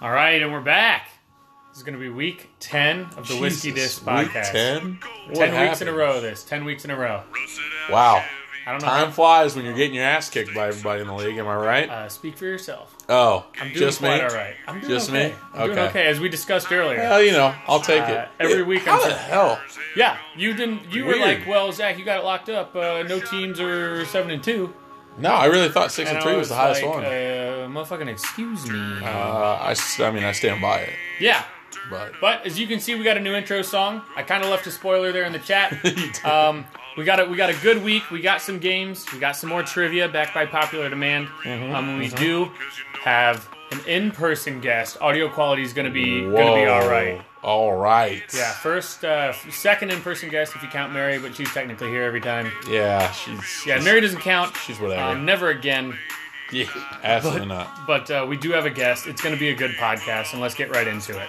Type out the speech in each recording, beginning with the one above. All right, and we're back. This is going to be week 10 of the Whiskey Jesus, Disc podcast. Week 10? 10 weeks in a row, this. 10 weeks in a row. Wow. I don't know. Time flies when you're getting your ass kicked by everybody in the league, am I right? How, uh, speak for yourself. oh, I'm doing just me? quite all right. I'm doing Just okay. me? I'm doing Okay. okay, as we discussed earlier. Well, you know, I'll take Uh, it. every Yeah, week I'm How the trying- hell? Yeah, you didn't. You were Weird. like, "Well, Zach, you got it locked up. Uh, no teams are seven and two. No, I really thought 6 And and I 3 was the highest like, one. Uh, motherfucking excuse me. Uh, I, s- I mean, I stand by it, yeah, but but as you can see, we got a new intro song. I kind of left a spoiler there in the chat. did. um, we got a we got a good week. We got some games. We got some more trivia backed by popular demand. Mm-hmm. Um, we do have an in-person guest. Audio quality is gonna be gonna be all right. All right. Yeah, first, uh, second in-person guest if you count Mary, but she's technically here every time. Yeah, she's Yeah, Mary doesn't count. She's whatever. Um, never again. yeah, absolutely not. But uh, we do have a guest. It's going to be a good podcast, and let's get right into it.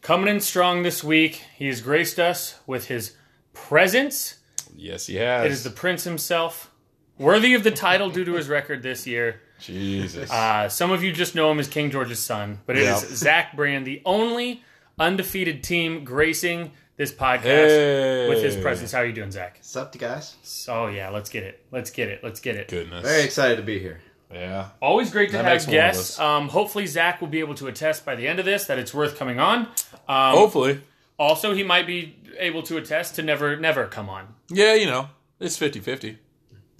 Coming in strong this week, he has graced us with his presence. Yes, he has. It is the prince himself, worthy of the title due to his record this year. Jesus. Uh, some of you just know him as King George's son, but it is Yeah. Zach Brand, the only undefeated team gracing this podcast Hey. with his presence. How are you doing, Zach? What's up, guys? So yeah, let's get it. Let's get it. Let's get it. Goodness. Very excited to be here. Yeah. Always great to That makes have one of guests. us. Um, hopefully, Zach will be able to attest by the end of this that it's worth coming on. Um, Hopefully. Also, he might be able to attest to never, never come on. Yeah, you know, it's 50 50.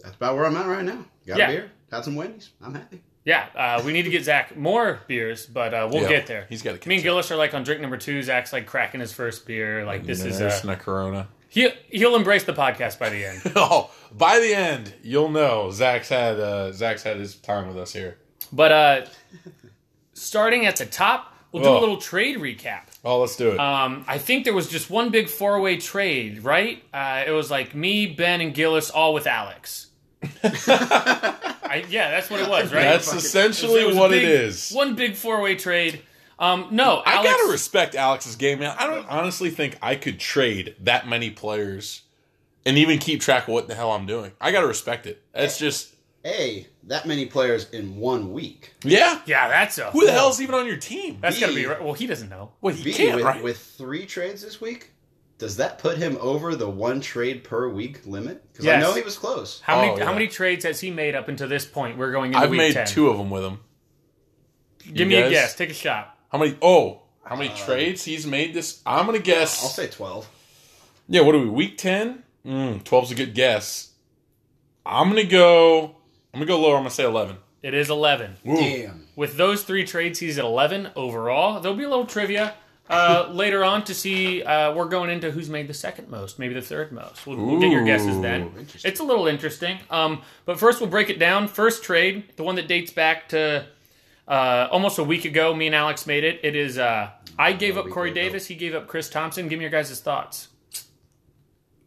That's about where I'm at right now. Got Yeah. a beer, had some Wendy's. I'm happy. Yeah, uh, we need to get Zach more beers, but uh, we'll Yeah, get there. he's gotta catch Me and up. Gillis are like on drink number two. Zach's like cracking his first beer. Like this is Nursing uh, a Corona. he he'll embrace the podcast by the end. Oh, by the end, you'll know Zach's had uh, Zach's had his time with us here. But uh, starting at the top, we'll do a Whoa. little trade recap. Oh, let's do it. Um, I think there was just one big four way trade, right? Uh, it was like me, Ben, and Gillis all with Alex. I, yeah, that's what it was, right? That's fucking- essentially It was a what big- it is. One big four way trade. Um, no, I Alex, gotta respect Alex's game, man. I don't honestly think I could trade that many players and even keep track of what the hell I'm doing. I gotta respect it. That's just A, that many players in one week. yeah. Yeah, that's a. Who the hell's even on your team? That's gotta be B. right. Well, he doesn't know. Well, he B, can't, with, right? with three trades this week, does that put him over the one trade per week limit? Because Yes. I know he was close. How many Oh, yeah. how many trades has he made up until this point? We're going into I've week made 10. two of them with him. Give me a guys? guess. Take a shot. How many? Oh, how many Uh, trades he's made this? I'm gonna guess. I'll say 12. Yeah, what are we? Week 10? Mm, 12's a good guess. I'm going to go I'm going to go lower. I'm going to say 11. It is eleven. Ooh. Damn. With those three trades, he's at 11 overall. There'll be a little trivia uh, later on to see. Uh, we're going into who's made the second most, maybe the third most. We'll, we'll get your guesses then. Ooh, interesting. It's a little interesting. Um, but first, we'll break it down. First trade, the one that dates back to uh, almost a week ago. Me and Alex made it. It is uh, I gave up week Corey ago. Davis. He gave up Chris Thompson. Give me your guys' thoughts.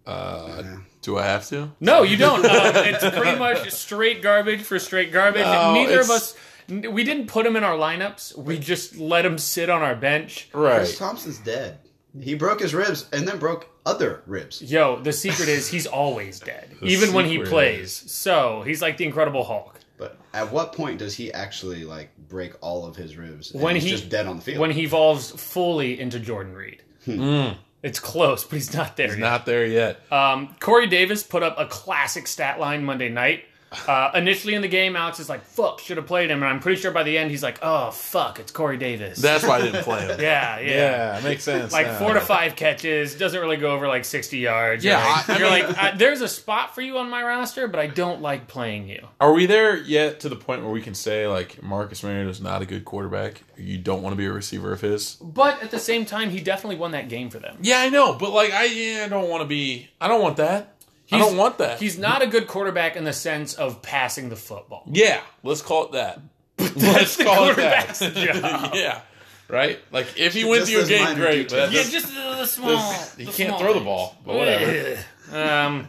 Yeah. Do I have to? No, you don't. Um, it's pretty much straight garbage for straight garbage. No, Neither of it's- us. n- We didn't put him in our lineups. We just let him sit on our bench. Chris Right. Thompson's dead. He broke his ribs and then broke other ribs. Yo, the secret is he's always dead, even when he secret plays. So he's like the Incredible Hulk. But at what point does he actually like break all of his ribs? and When he's he- just dead on the field. Hmm. When he evolves fully into Jordan Reed, Hmm. it's close, but he's not there yet. Not there yet. Um, Corey Davis put up a classic stat line Monday night. Uh, initially in the game, Alex is like, "Fuck, should have played him," and I'm pretty sure by the end he's like, "Oh fuck, it's Corey Davis." That's why I didn't play him. yeah, yeah. Yeah, makes sense. Like now. four to five catches, doesn't really go over like sixty yards. You're Uh, Yeah, like- I- I you're mean- like, I, there's a spot for you on my roster, but I don't like playing you. Are we there yet to the point where we can say like Marcus Mariota is not a good quarterback? You don't want to be a receiver of his. But at the same time, he definitely won that game for them. Yeah, I know, but like I, yeah, I don't want to be. I don't want that. I He's- don't want that. He's not a good quarterback in the sense of passing the football. yeah, let's call it that. let's call it that. Quarterback's job. yeah, right. Like if he wins Just you a those game, minor great. But details. that Yeah, doesn't- just the, the small. he can't throw the ball, but whatever. Hmm. Ugh. um,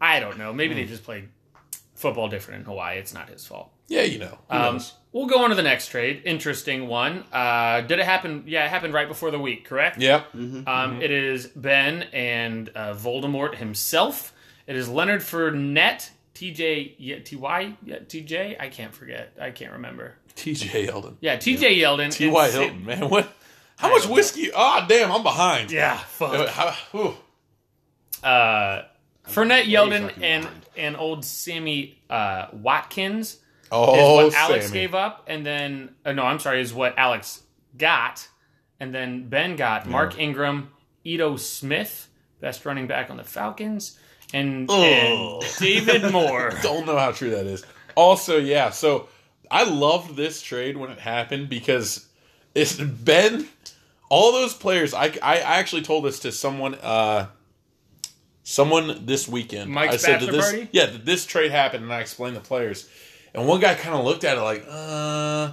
I don't know. Maybe they just played football different in Hawaii. It's not his fault. yeah, you know. Who Um, knows? we'll go on to the next trade. Interesting one. Uh, did it happen? Yeah, it happened right before the week, correct? Yeah. Um, it is Ben and uh, Voldemort himself. It is Leonard Fournette, TJ, yeah, TY, yeah, TJ. I can't forget. I can't remember. TJ Yeldon. Yeah, TJ Yeldon. T.Y. and Sa- Hilton, man. What? How much whiskey? Ah, damn, I'm behind. Yeah, fuck. How, whew. Uh, Fournette Yeldon fucking and blind. and old Sammy uh, Watkins is Oh, what Alex Sammy. gave up, and then uh, no, I'm sorry, is what Alex got, and then Ben got Mark Ingram, Ito Smith, best running back on the Falcons, and, and Ugh. David Moore. don't know how true that is. Also, yeah, so I loved this trade when it happened because it's Ben, all those players. I, I actually told this to someone, uh, someone this weekend. Mike's I said that bachelor this, party? yeah, that this trade happened, and I explained the players. And one guy kind of looked at it like, uh,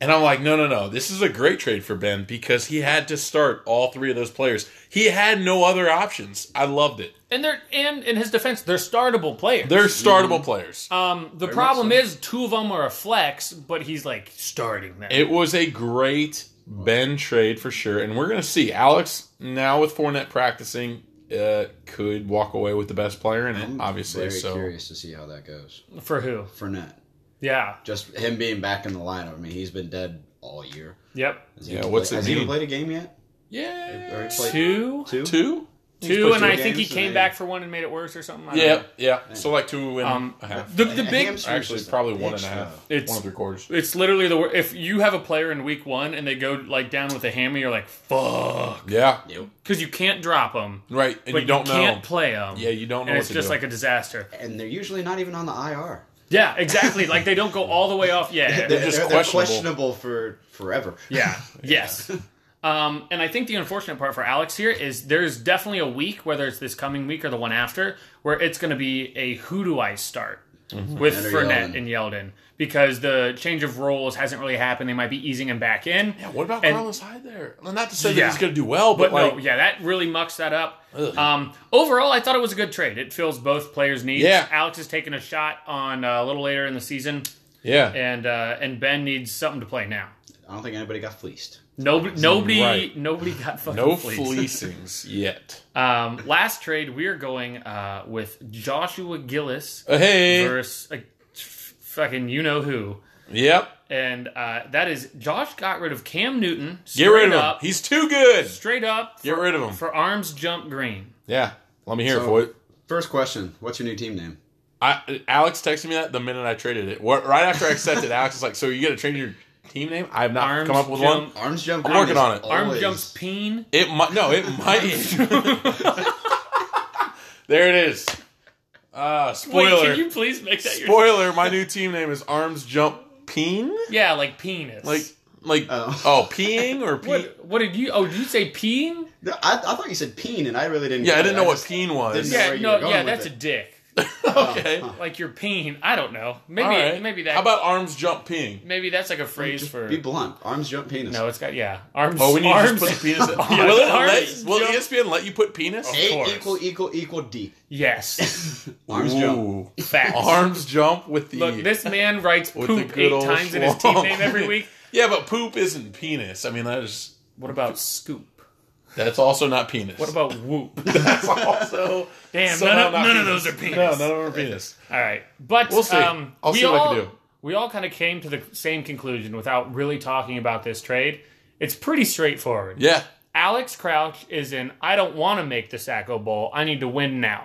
and I'm like, no, no, no. This is a great trade for Ben because he had to start all three of those players. He had no other options. I loved it. and they're and in his defense, they're startable players. They're startable players. um, the problem is two of them are a flex, but he's like starting them. It was a great Ben trade for sure, and we're gonna see Alex now with Fournette practicing uh, could walk away with the best player in it. I'm obviously, very so curious to see how that goes. For who? Fournette, Yeah. just him being back in the lineup. I mean, he's been dead all year. Yep. Has he Yeah, even what's it played- has he even mean? played a game yet? Or yeah, he played Two. two. two, two, and I two think he games, came and back for one and made it worse or something. I don't yeah, know. yeah. So like two and Um, a half. The, the A big, hamstring Actually, is just probably a one and bitch, a half. though. It's- one and three quarters. it's literally the wor- if you have a player in week one and they go like down with a hammy, you're like fuck Yeah, though. Nope. because you can't drop them, right. And but you don't know. can't play them. Yeah, you don't know And what it's to just do. like a disaster. And they're usually not even on the IR. Yeah, exactly. like they don't go all the way off. Yeah, They're, just they're- they're questionable. questionable for forever. Yeah. Yes. Um, and I think the unfortunate part for Alex here is there's definitely a week, whether it's this coming week or the one after, where it's going to be a who do I start Mm-hmm. with And or Fournette Yeldon. and Yeldon because the change of roles hasn't really happened. They might be easing him back in. yeah, what about and- Carlos Hyde there? Well, Not to say Yeah. that he's gonna do well, but, But like, no, yeah, that really mucks that up. Ugh. Um, overall, I thought it was a good trade. It fills both players' needs. Yeah. Alex is taking a shot on uh, a little later in the season, yeah, and uh, and Ben needs something to play now. I don't think anybody got fleeced. Nobody, nobody, Mm, Right. nobody got fucking no fleeced. fleecings yet. Um, last trade, we're going uh, with Joshua Gillis Uh, hey, versus like, f- fucking you know who. yep. And uh, that is Josh got rid of Cam Newton. Get rid of him. up, He's too good. straight up. Get for- rid of him. For arms jump green. Yeah, let me hear So- it, boy. First question: What's your new team name? I Alex texted me that the minute I traded it. What, right after I accepted, Alex was like, "So you got to change your team name?" I have not Arms come up with jump, one. Arms jump. I'm working is on it. Arm always- jumps peen. It might. No, it might. there it is. Uh, Wait, spoiler. can you please make that your spoiler. My new team name is Arms Jump Peen. Yeah, like penis. Like, like. Oh. Oh, peeing or peen? what what did you oh did you say peeing? No, I, I thought you said peen, and I really didn't. Yeah, I get didn't it. know what just- peen was. didn't know Yeah, where you were no, going yeah, with that's it. a dick. okay. All Like your peen. I don't know. Maybe right. maybe that How about Arms Jump Peeing? maybe that's like a phrase Just for be blunt. Arms jump penis. No, it's got yeah. Arms. Oh, we need arms. to just put the penis. In. Arms- will it arms let, will E jump- ESPN let you put penis? Oh. A course. equal equal equal D. yes. Arms Ooh. jump. Facts. Arms jump with the Look, this man writes With the poop good eight old times in his team swamp. name every week. Yeah, but poop isn't penis. I mean, that is What about scoop? that's also not penis. What about whoop? that's also Damn, somehow none of, not none of penis. those are penis. No, none of them are penis. All right, but We'll see. Um, I'll we see what I all, can do. We all kind of came to the same conclusion without really talking about this trade. It's pretty straightforward. Yeah, Alex Crouch is in. I don't want to make the Sacco Bowl. I need to win now.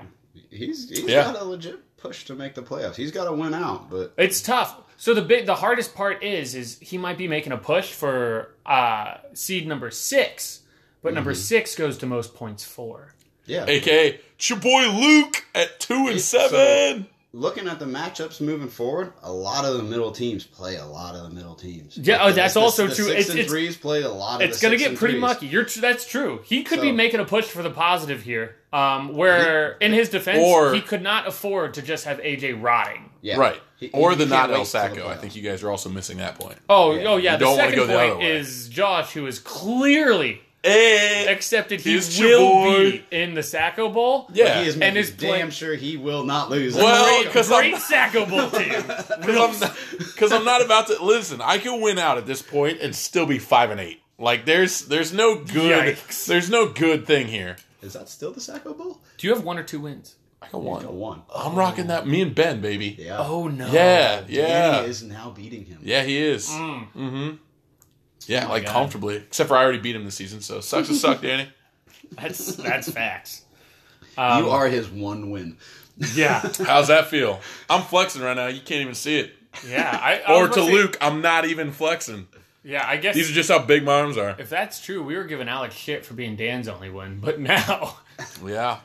He's he's Yeah. got a legit push to make the playoffs. He's got to win out, but It's tough. So the big, the hardest part is, is he might be making a push for uh, seed number six, but Mm-hmm. number six goes to most points four. yeah. aka it's your boy Luke at two and It's, uh, seven. Looking at the matchups moving forward, a lot of the middle teams play a lot of the middle teams. Yeah, oh, that's The- the- also the true. Six It's- and it's- threes play a lot of. It's the going to six get and pretty threes. mucky. You're tr- that's true. He could be So- making a push for the positive here. Um, where in his defense, Or- he could not afford to just have AJ rotting. Yeah. Right, He- or he the can't not wait El till the Sacco. I think playoffs. you guys are also missing that point. Oh, oh yeah. The you don't wanna second go the other point way. is Josh, who is clearly Hey, accepted he He's your will boy. be in the Sacco Bowl. yeah, He is And making his play- damn sure he will not lose. Well, Great, 'cause I'm great not- Sacco Bowl team. because I'm, because I'm not about to listen. I can win out at this point and still be five and eight. Like there's there's no good Yikes. there's no good thing here. is that still the Sacco Bowl? Do you have one or two wins? I got one. Go one. I'm rocking that. Me and Ben, baby. Yeah. Oh no. Yeah, yeah, Danny is now beating him. yeah. He is. Mm. Mm-hmm. Yeah, like God. comfortably. Except for I already beat him this season, so sucks to suck, Danny. That's that's facts. Um, you are his one win. Yeah. How's that feel? I'm flexing right now. You can't even see it. Yeah. I, I Or was to gonna say- Luke, I'm not even flexing. Yeah, I guess These are just how big my arms are. if that's true, we were giving Alex shit for being Dan's only win, but now Yeah.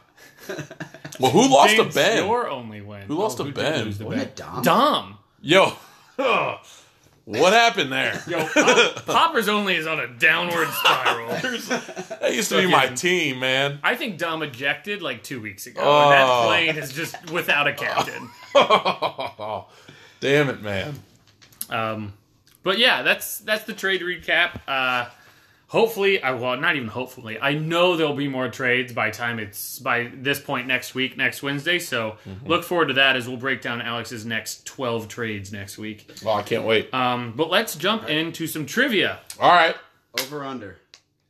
Well, who lost to Dan's Ben? your only win. Oh, Who lost to who did Ben? lose to Wasn't Ben? it Dom? Dom. Yo, Ugh. what happened there? Yo, Pop- Popper's only is on a downward spiral. That used to be my Fucking- team, man. I think Dom ejected like two weeks ago, Oh. and that plane is just without a captain. Oh. Damn it, man. Um, but yeah, that's that's the trade recap. Uh, hopefully, I well, not even hopefully. I know there'll be more trades by time it's by this point next week, next Wednesday. So Mm-hmm. look forward to that as we'll break down Alex's next twelve trades next week. Oh, I can't wait. Um, but let's jump into some trivia. All right. Over under.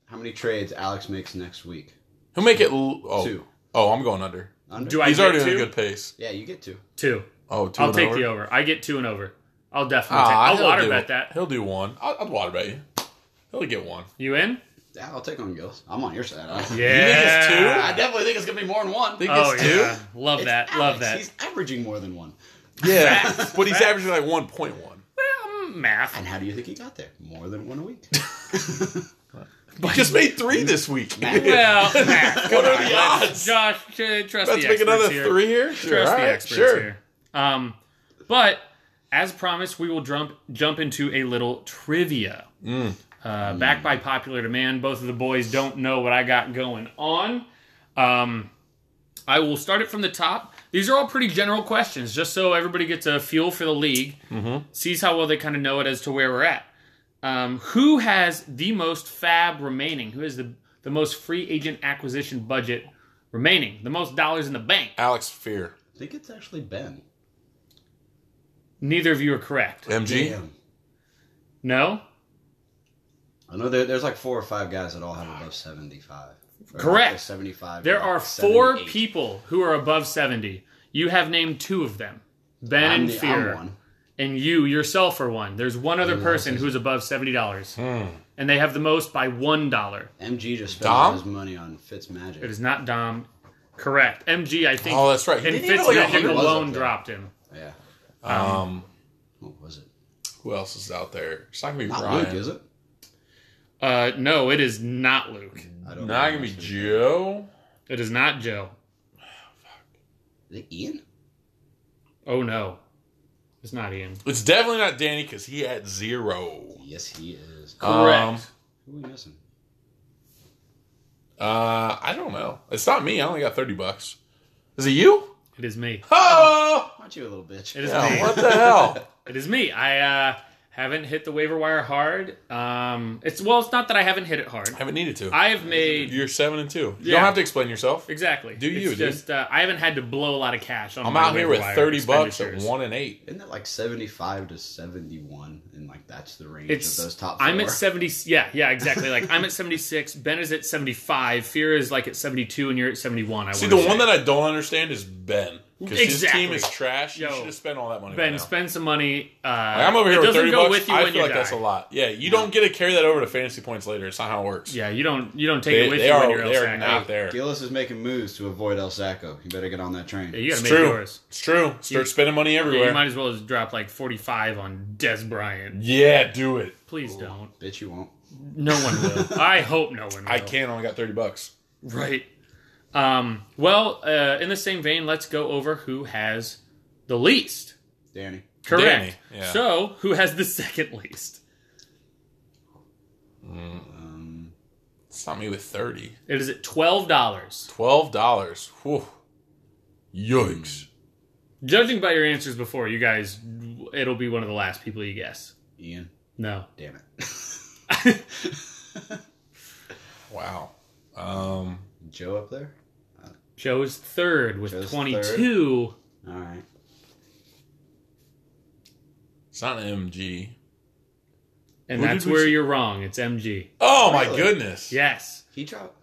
How many trades Alex makes next week? Who make it? l- Oh, Two. oh, I'm going under. Under. Do I He's get already two? in a good pace. yeah, you get two. two? Oh, two I'll and take over? the over. I get two and over. I'll definitely. Ah, take, he'll I'll water do- bet that. He'll do one. I'll, I'll water bet you. He'll get one. You in? Yeah, I'll take on Gills. I'm on your side. I- Yeah. it's two? I definitely think it's gonna be more than one. Think Oh it's two? yeah. Love It's that. Alex. Love that. He's averaging more than one. Yeah, Facts. but he's Facts. averaging like one point one. Well, math. And how do you think he got there? More than one a week. He just made three this week. Well, math. what are the Let's- odds? Josh, uh, trust Let's the make experts another here. three here. Trust all the right, experts here. Um, but as promised, we will jump jump into a little trivia. Uh, Back by popular demand, both of the boys don't know what I got going on. Um, I will start it from the top. These are all pretty general questions, just so everybody gets a feel for the league, sees how well they kind of know it as to where we're at. Um, who has the most fab remaining? Who has the the most free agent acquisition budget remaining? The most dollars in the bank? Alex Fear, I think it's actually Ben. Neither of you are correct. MG. Damn. No? I know there, there's like four or five guys that all have above 75. Or Correct. like 75. There or are like four 78. people who are above 70. You have named two of them Ben I'm and the- Fear. I'm one. And you yourself are one. There's one other person who's above $70. Hmm. And they have the most by $1. MG just spent Dom? all his money on Fitz Magic. It is not Dom. Correct. MG, I think. Oh, that's right. He And didn't even Fitz like a Magic hundred, was it, alone though? dropped him. Yeah. Um, What was it? who else is out there? It's not gonna be Not Brian. Luke, is it? Uh, no, it is not Luke. I don't Not gonna be Joe. It is not Joe. Is it Ian? Oh, no. It's not Ian. It's definitely not Danny because he had zero. Yes, he is. Um, Correct. Who are we missing? Uh, I don't know. It's not me. I only got thirty bucks. Is it you? it is me. Oh, Aren't you a little bitch? It is Yeah, me. what the hell? It is me. I uh, haven't hit the waiver wire hard. Um, it's well, it's not that I haven't hit it hard. I haven't needed to. I have made You're seven and two. You Yeah. don't have to explain yourself. exactly. Do you, It's dude. just uh, I haven't had to blow a lot of cash on. I'm my out here waiver with wire thirty bucks at expenditures. one and eight. Isn't that like 75 to 71? And like that's the range It's of those top four. i I'm at seventy. Yeah, yeah, exactly. Like I'm at seventy six. Ben is at seventy five. Fear is like at seventy two, and you're at seventy one. I See, wanna the one say. that I don't understand is Ben because Exactly. his team is trash. Yo. you should have spent all that money. by Ben now. spend some money. Uh, Like, I'm over here it with doesn't thirty go bucks. with you I when feel you like that's die. a lot. Yeah, you don't get to carry that over to fantasy points later. It's not how it works. Yeah, you don't you don't take they, it with they you are when you're they are outside. not there. Gillis is making moves to avoid El Saco. You better get on that train. Yeah, you gotta It's make true. yours. It's true. Start You- spending money Yeah, you everywhere. might as well just drop like forty five on Des Bryant. Yeah, do it. Please don't. Bitch, you won't. No one will. I hope no one will. I can only got thirty bucks. Right. Um, well, uh, in the same vein, let's go over who has the least. Danny. Correct. Danny, yeah. So, who has the second least? Um, It's not me with thirty. It is at twelve dollars. Twelve dollars. Whew. Yikes. Judging by your answers before, you guys, it'll be one of the last people you guess. Ian. No. Damn it. Mm. Wow. Um. Joe up there? Joe is third with Joe's twenty-two. All right. It's not an MG. And Who that's did we where say? you're wrong. It's MG. Oh my Really? goodness. Yes. He dropped.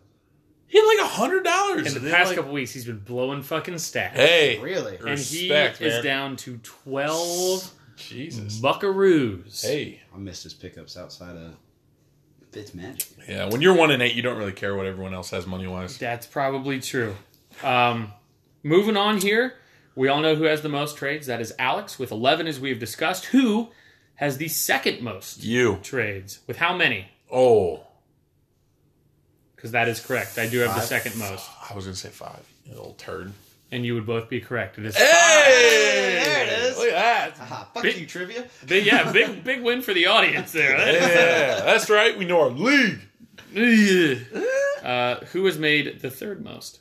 He had like a hundred dollars. In the past couple weeks, he's been blowing fucking stacks. hey, Really? and respect, he is man. down to 12 Jesus. buckaroos. Hey, I missed his pickups outside of Fitz Magic. yeah. When you're one and eight, you don't really care what everyone else has money wise. That's probably true. Um, moving on here, we all know who has the most trades. That is Alex with 11, as we've discussed. Who has the second most You. trades? With how many? Oh, Because that is correct. I do have the Five. second most. I was gonna say five. You little turd. And you would both be correct. It is Eh. Hey, there it is. Look at that. Ah, fuck Big- you, trivia. Big, yeah, big big win for the audience there. Yeah, that's right. We know our league. Eh. uh, who has made the third most?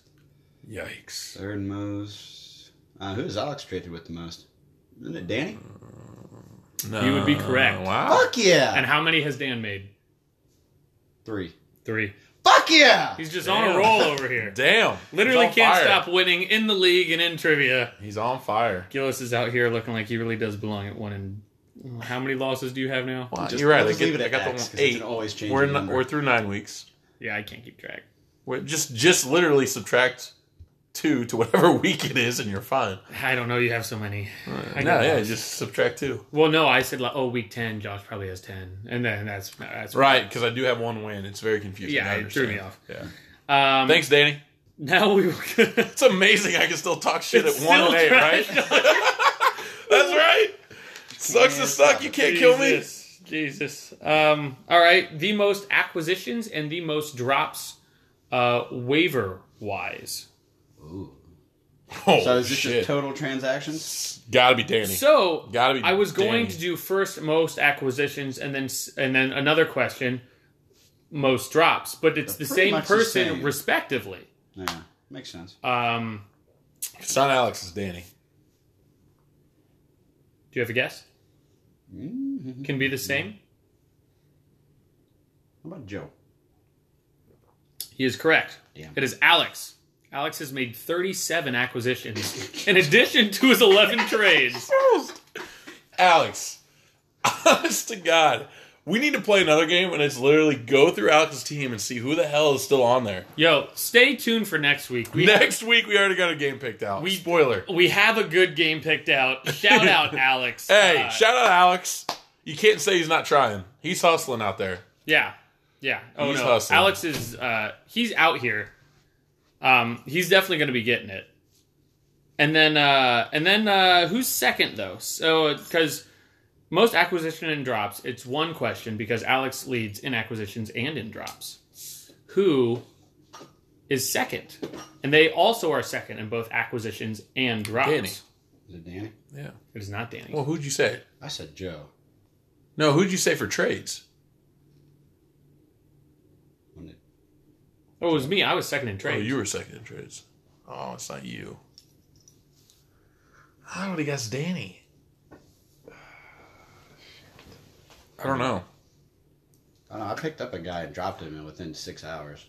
Yikes. Third most. Uh, who is Alex traded with the most? Isn't it Danny? Mm. No. You would be correct. Wow. Fuck yeah! And how many has Dan made? Three. Three. Fuck yeah! He's just on Damn. a roll over here. Damn. Literally He's on can't fire. stop winning in the league and in trivia. He's on fire. Gillis is out here looking like he really does belong at one. And how many losses do you have now? Wow, Just- you're right. we'll just I, get- leave it I at got the X, one- 'cause it eight. can always change We're the not, number. we're through nine weeks. Yeah, I can't keep track. We're just just literally subtract two to whatever week it is, and you're fine. I don't know. You have so many. I no, get yeah, lost. just subtract two. Well, no, I said like, oh, week ten. Josh probably has ten, and then that's that's Right, because I do have one win. It's very confusing. Yeah, I it threw understand. me off. Yeah. Um, Thanks, Danny. Now we will. It's amazing I can still talk shit at Still one and eight, trying right? That's right. Sucks to Man, suck. You can't kill me. Jesus, Jesus. Um, all right. The most acquisitions and the most drops, uh, waiver wise. Ooh. Oh So is this shit! just total transactions? Gotta be Danny. So Gotta be I was Danny. going to do first most acquisitions and then s- and then another question, most drops, but it's the They're pretty same much the person same. respectively. Yeah, makes sense. Um, it's not Alex. It's Danny. do you have a guess? Can be the same. Mm-hmm. How about Joe? He is correct. Damn. It is Alex. Alex has made 37 acquisitions in addition to his 11 trades. Alex, honest to God, we need to play another game, and it's literally go through Alex's team and see who the hell is still on there. Yo, stay tuned for next week. We Next week, we already got a game picked out. We- Spoiler. we have a good game picked out. Shout out, Alex. Hey, Uh, shout out Alex. You can't say he's not trying. He's hustling out there. Yeah, yeah. Oh He's no, hustling. Alex is uh, he's out here. Um, he's definitely going to be getting it. And then, uh, and then uh, who's second though? So because most acquisition and drops, it's one question because Alex leads in acquisitions and in drops. Who is second? And they also are second in both acquisitions and drops. Danny. Is it Danny? Yeah. It is not Danny. Well, who'd you say? I said Joe. No, who'd you say for trades? Oh, When it- oh, it was me. I was second in Oh, trade. you were second in trades. Oh, it's not you. I would have guessed Danny. I don't know. I don't know. I picked up a guy and dropped him in within six hours.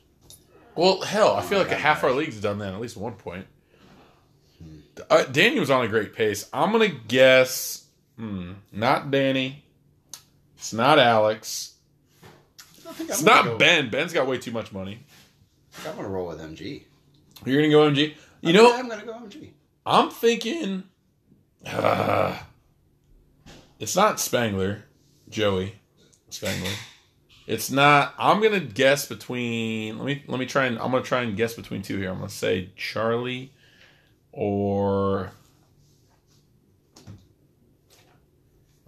Well, hell, I feel like a half our league's done that at least at one point. Uh, Danny was on a great pace. I'm gonna guess, hmm, not Danny. It's not Alex. I think It's I'm gonna not go- Ben. Ben's got way too much money. I'm gonna roll with MG. You're gonna go MG. You I'm- know, I'm gonna go MG. I'm thinking. Uh, it's not Spangler, Joey Spangler. It's not. I'm gonna guess between. Let me let me try and I'm gonna try and guess between two here. I'm gonna say Charlie, or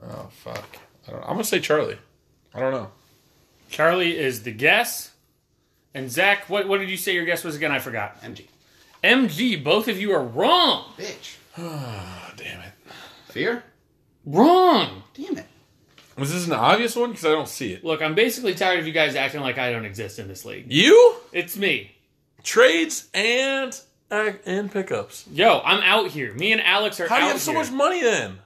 oh fuck, I don't, I'm gonna say Charlie. I don't know. Charlie is the guess. And Zach, what, what did you say your guess was again? I forgot. MG. MG, both of you are wrong. Bitch. Oh, damn it. Fear? Wrong. Damn it. Was this an obvious one? Because I don't see it. Look, I'm basically tired of you guys acting like I don't exist in this league. You It's me. trades and uh, and pickups. Yo, I'm out here. Me and Alex are How out do you have so here. much money then?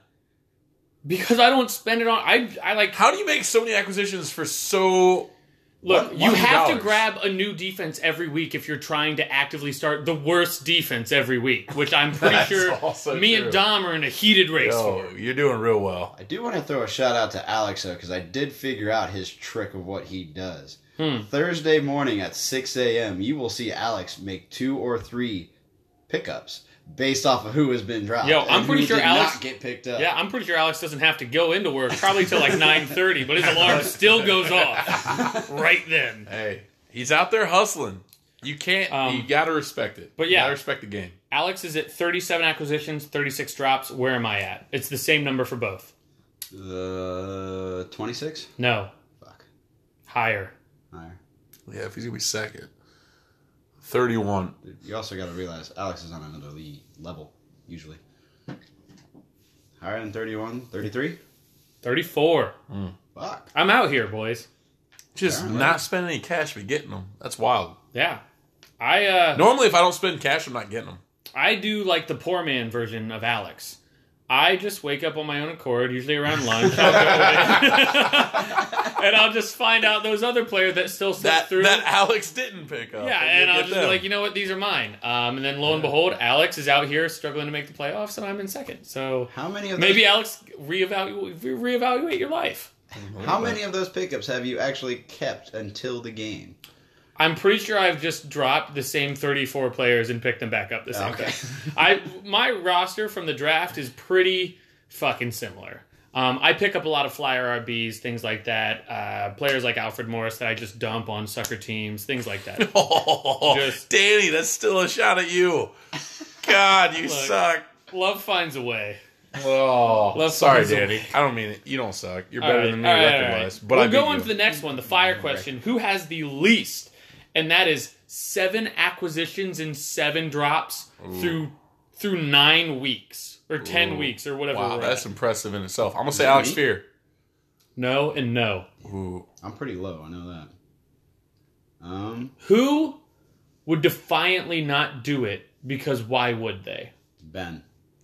Because I don't spend it on I I like How do you make so many acquisitions for so Look, One- you have to $100. grab a new defense every week if you're trying to actively start the worst defense every week, which I'm pretty That's sure also me true. and Dom are in a heated race Yo, for. you're doing real well. I do want to throw a shout out to Alex though, because I did figure out his trick of what he does. Hmm. Thursday morning at 6 a.m., you will see Alex make two or three pickups based off of who has been dropped. Yo, I'm and pretty who sure did Alex- not get picked up. Yeah, I'm pretty sure Alex doesn't have to go into work probably till like 9:30, but his alarm still goes off right then. Hey, he's out there hustling. You can't. Um, you gotta respect it. but you yeah. gotta respect the game. Alex is at 37 acquisitions, 36 drops. Where am I at? It's the same number for both. The 26? No, Fuck. higher. Higher. Yeah, if he's gonna be second, thirty-one. You also got to realize Alex is on another league level, usually. Higher than 31, 33? 34. Fuck. I'm out here, boys. Just Alright. not spending any cash, but getting them. That's wild. Yeah. I uh Normally, if I don't spend cash, I'm not getting them. I do like the poor man version of Alex. I just wake up on my own accord, usually around lunch. I'll go in. and I'll just find out those other players that still slept That through. that Alex didn't pick up. yeah, and I'll just be like, you know what, these are mine. Um, and then lo and behold, Alex is out here struggling to make the playoffs, and I'm in second. So How many of maybe Alex reevaluate reevaluate your life. those, how many of those pickups have you actually kept until the game? I'm pretty sure I've just dropped the same 34 players and picked them back up the same Okay. day. I my roster from the draft is pretty fucking similar. Um, I pick up a lot of flyer RBs, things like that. Uh, players like Alfred Morris that I just dump on sucker teams, things like that. Oh, Just- Danny, that's still a shot at you. God, you Look. suck. Love finds a way. Oh, Love sorry, finds a Danny. I don't mean it. You don't suck. You're All better right, than me all right, all right. record-wise. But we'll I beat go on you. to the next one, the fire question. Who has the least? And that is seven acquisitions and seven drops through through nine weeks or ten Ooh. weeks or whatever. Wow, we're that's at. impressive in itself. I'm gonna say Is it Alex me? Fear. no and no. Ooh, I'm pretty low, I know that. Um, Who would defiantly not do it? Because why would they? Ben.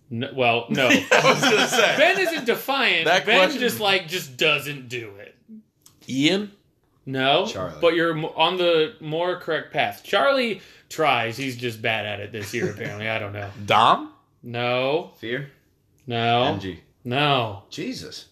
No, well, no. I was gonna say ben isn't defiant. That ben question- just like just doesn't do it. Ian. No, Charlie. but you're mo- on the more correct path. Charlie tries. He's just bad at it this year. Apparently, I don't know. Dom? No, Fear? no, MG. no. Jesus.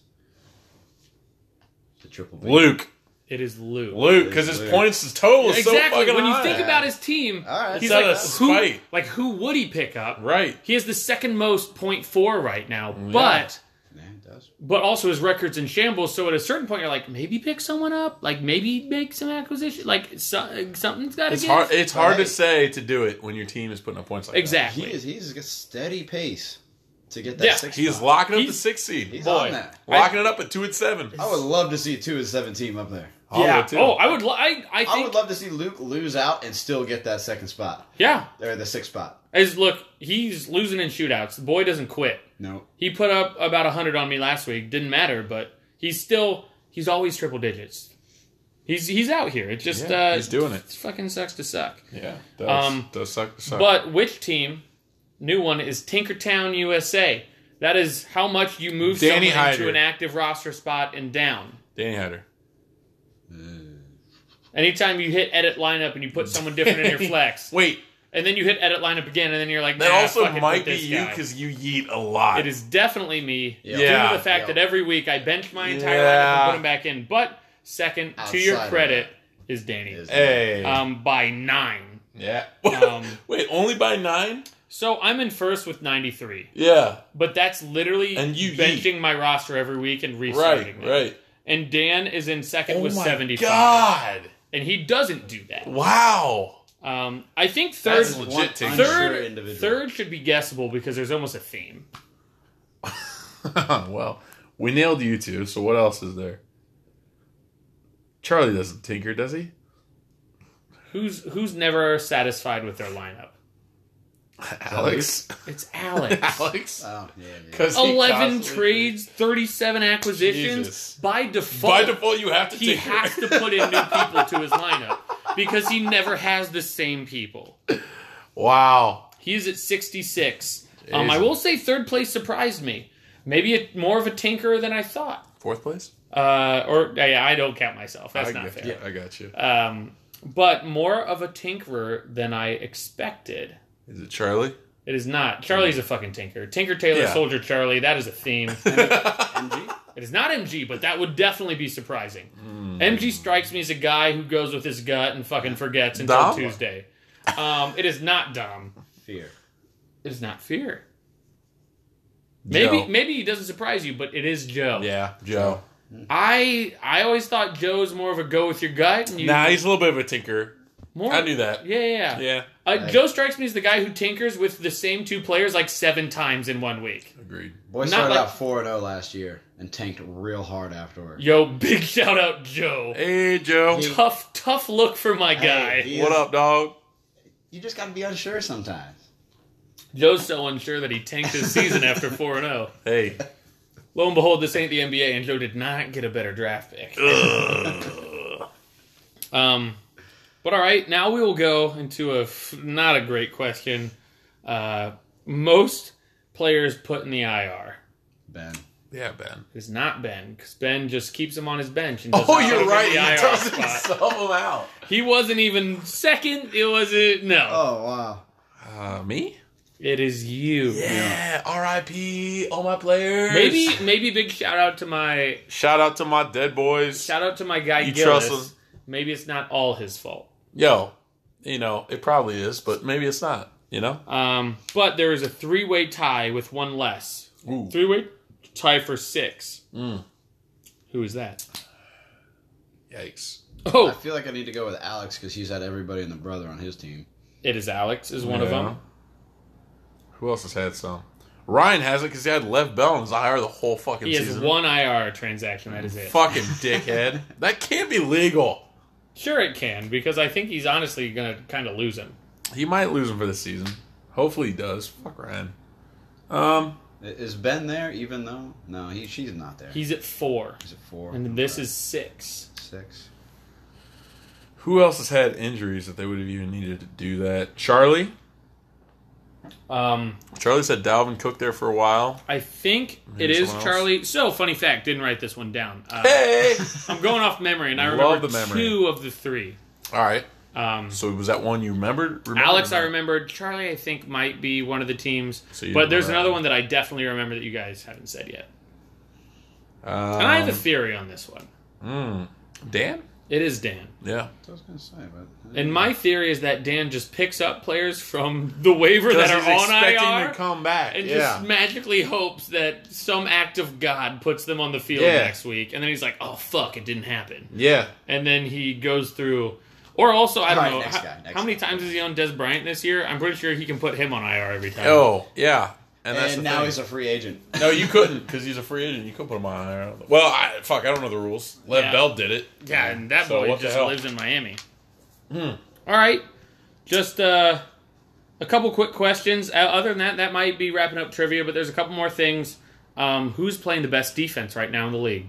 The triple B. Luke. It is Luke. Luke, because his Luke. points his total is so exactly. fucking when you high. think about his team, All right. he's It's out like of who, spite. like who would he pick up? Right. He has the second most point four right now, but Yeah, it does. but also his records in shambles. So at a certain point, you're like, maybe pick someone up, like maybe make some acquisition, like so, something's got to It's get hard. It's hard to Right. say to do it when your team is putting up points like exactly. He is he's got steady pace to get Yeah, that six. that. He's spot. locking up the He's- sixth seed, He's Boy. on that. locking it up at two and seven. I would love to see two and seven team up there. yeah. Hollywood, too. Oh, I would. Lo- I I think. I would love to see Luke lose out and still get that second spot yeah. or the sixth spot. As look, he's losing in shootouts. The boy doesn't quit. No, He put up about hundred on me last week. Didn't matter, but he's still. He's always triple digits. He's he's out here. It just Yeah, uh, he's doing it. It fucking sucks to suck. Yeah, does, Um, does suck. to suck. But which team? New one is Tinkertown USA. That is how much you move Danny someone Hyder. into an active roster spot and down. Danny Hatter. Anytime you hit edit lineup and you put someone different in your flex, Wait, and then you hit edit lineup again, and then you're like, that nah, also fuck it, might put be this you guy. because you yeet a lot. it is definitely me. Yeah. Due to the fact Yeah. that every week I bench my entire lineup Yeah. and put them back in. But second, to your Outside of credit, that. is Danny. Is- Hey. Um, by nine. yeah. um, Wait, only by nine? So I'm in first with 93. Yeah. But that's literally And you benching my roster every week and restarting Right. it. Right. And Dan is in second Oh with my 75. God. And he doesn't do that. Wow. Um, I think third That's legit one team. unsure third, individual. third should be guessable because there's almost a theme. well, we nailed you two. So what else is there? Charlie doesn't tinker, does he? Who's who's never satisfied with their lineup? Alex. It's Alex. Alex. Oh, yeah, yeah. 'Cause he 11 constantly- trades, 37 acquisitions. Jesus. By default, By default, you have to he tinker. has to put in new people to his lineup because he never has the same people. wow. He's at 66. Um, I Jesus. will say third place surprised me. Maybe a, more of a tinkerer than I thought. Fourth place. Uh, or yeah, I don't count myself. That's I not got, fair. I got you. Um, but more of a tinkerer than I expected. Is it Charlie? It is not. Charlie's a fucking tinker. Tinker Taylor Yeah. Soldier Charlie. That is a theme. MG? it is not MG, but that would definitely be surprising. Hmm. MG strikes me as a guy who goes with his gut and fucking forgets until Dom? Tuesday. Um, it is not Dom. Fear. It is not fear. Maybe Joe. maybe he doesn't surprise you, but it is Joe. Yeah, Joe. I I always thought Joe's more of a go with your gut. And you, Nah, he's a little bit of a tinker. more, I knew that. Yeah, yeah. yeah. Yeah, Uh, Right. Joe strikes me as the guy who tinkers with the same two players like seven times in one week. agreed. Boy Not started like- out 4 0 last year and tanked real hard afterward. Yo, big shout out Joe. Hey, Joe. Hey. Tough, tough look for my guy. Hey, he What is- up, dog? You just gotta be unsure sometimes. Joe's so unsure that he tanked his season after 4 0. Hey. Lo and behold, this ain't the NBA, and Joe did not get a better draft pick. um, but all right, now we will go into a f- not a great question. Uh, most players put in the IR. Ben. Yeah, Ben. It's not Ben, because Ben just keeps him on his bench. And Oh, doesn't put you're him right. in He the IR doesn't spot. sub him out. He wasn't even second. It wasn't. No. Oh, wow. Uh, me? It is you. Yeah. R.I.P. All my players. Maybe maybe big shout out to my Shout out to my dead boys. shout out to my guy You Gillis. trust him? Maybe it's not all his fault. Yo, you know it probably is, but maybe it's not. You know. Um, but there is a three way tie with one less. Ooh. Three way tie for six. Hmm. Who is that? Yikes. I Oh, feel like I need to go with Alex because he's had everybody and the brother on his team. it is Alex. Is one of Yeah. them. Who else has had some? Ryan has it because he had Lev Bell in his IR the whole fucking He has season. one IR transaction. That is it. Fucking dickhead. that can't be legal. Sure, it can because I think he's honestly gonna kind of lose him. He might lose him for the season. Hopefully he does. Fuck Ryan. Um. I- Is Ben there even though? No, he she's not there. He's at four, He's at 4. and this is six. 6. Who else has had injuries that they would have even needed to do that? Charlie. Um, Charlie said Dalvin Cook there for a while. I think Maybe it is someone else? Charlie. So, funny fact, didn't write this one down. Uh, Hey. I'm going off memory, and I Love remember the memory. two of the three. All right. Um, So was that one you remembered? remember Alex, I or not? remembered. Charlie, I think, might be one of the teams. So you but there's remember another that. one that I definitely remember that you guys haven't said yet. Um, And I have a theory on this one. Dan. It is Dan. Yeah. That's what I was gonna say, but uh, And my theory is that Dan just picks up players from the waiver that Because are he's expecting on IR to come back. and yeah. just magically hopes that some act of God puts them on the field Yeah. next week. And then he's like, oh, fuck, it didn't happen. yeah. and then he goes through. Or also, I don't All right, know next how, guy, next how many guy. times is he on Des Bryant this year. I'm pretty sure he can put him on IR every time. Oh, yeah. And that's and the now thing. he's a free agent. No, you couldn't because he's a free agent. You couldn't put him on IR. Well, I, fuck, I don't know the rules. Lev Yeah. Bell did it. yeah, and that So boy what the just hell? Hmm. lives in Miami. All right, just uh, a couple quick questions. Uh, other than that, that might be wrapping up trivia. But there's a couple more things. Um, who's playing the best defense right now in the league?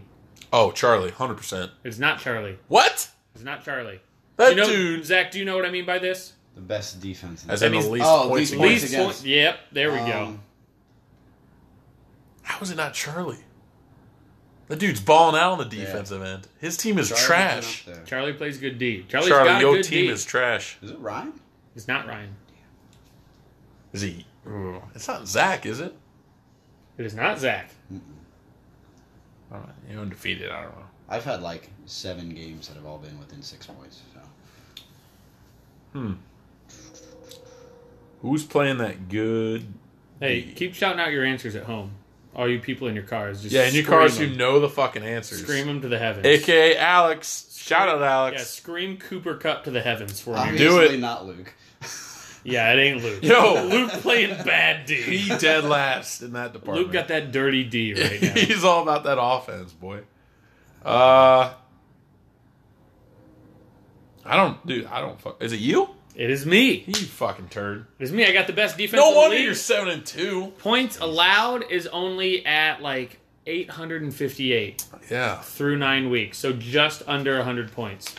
Oh, Charlie, hundred percent. It's not Charlie. What? It's not Charlie. That You know, dude Zach, do you know what I mean by this? The best defense. In as the in the means- least oh, points. least against- points. against- Yep, there we go. Um, How is it not Charlie? The dude's balling out on the defensive end. His team is Charlie's trash. been up there. Charlie plays good D. Charlie's Charlie, got a your good team D. is trash. Is it Ryan? It's not Ryan. Is he? Ooh, It's not Zach, is it? It is not Zach. I don't know. You're undefeated. I don't know. I've had like seven games that have all been within six points. So Who's playing that good? Hey, keep shouting out your answers at home. All you people in your cars, just Yeah, and you scream cars who them. know the fucking answers. scream them to the heavens. AKA Alex. Shout out, Alex. Yeah, scream Cooper Cup to the heavens for me. obviously do it. Not Luke. Yeah, it ain't Luke. Yo. Luke playing bad He D. dead last in that department. Luke got that dirty D right now. He's all about that offense, boy. Uh, I don't, dude. I don't fuck. Is it you? It is me. You fucking turd. It is me. I got the best defense. No in the wonder league. you're seven and two. Points allowed is only at like 858 Yeah. through nine weeks, so just under 100 points.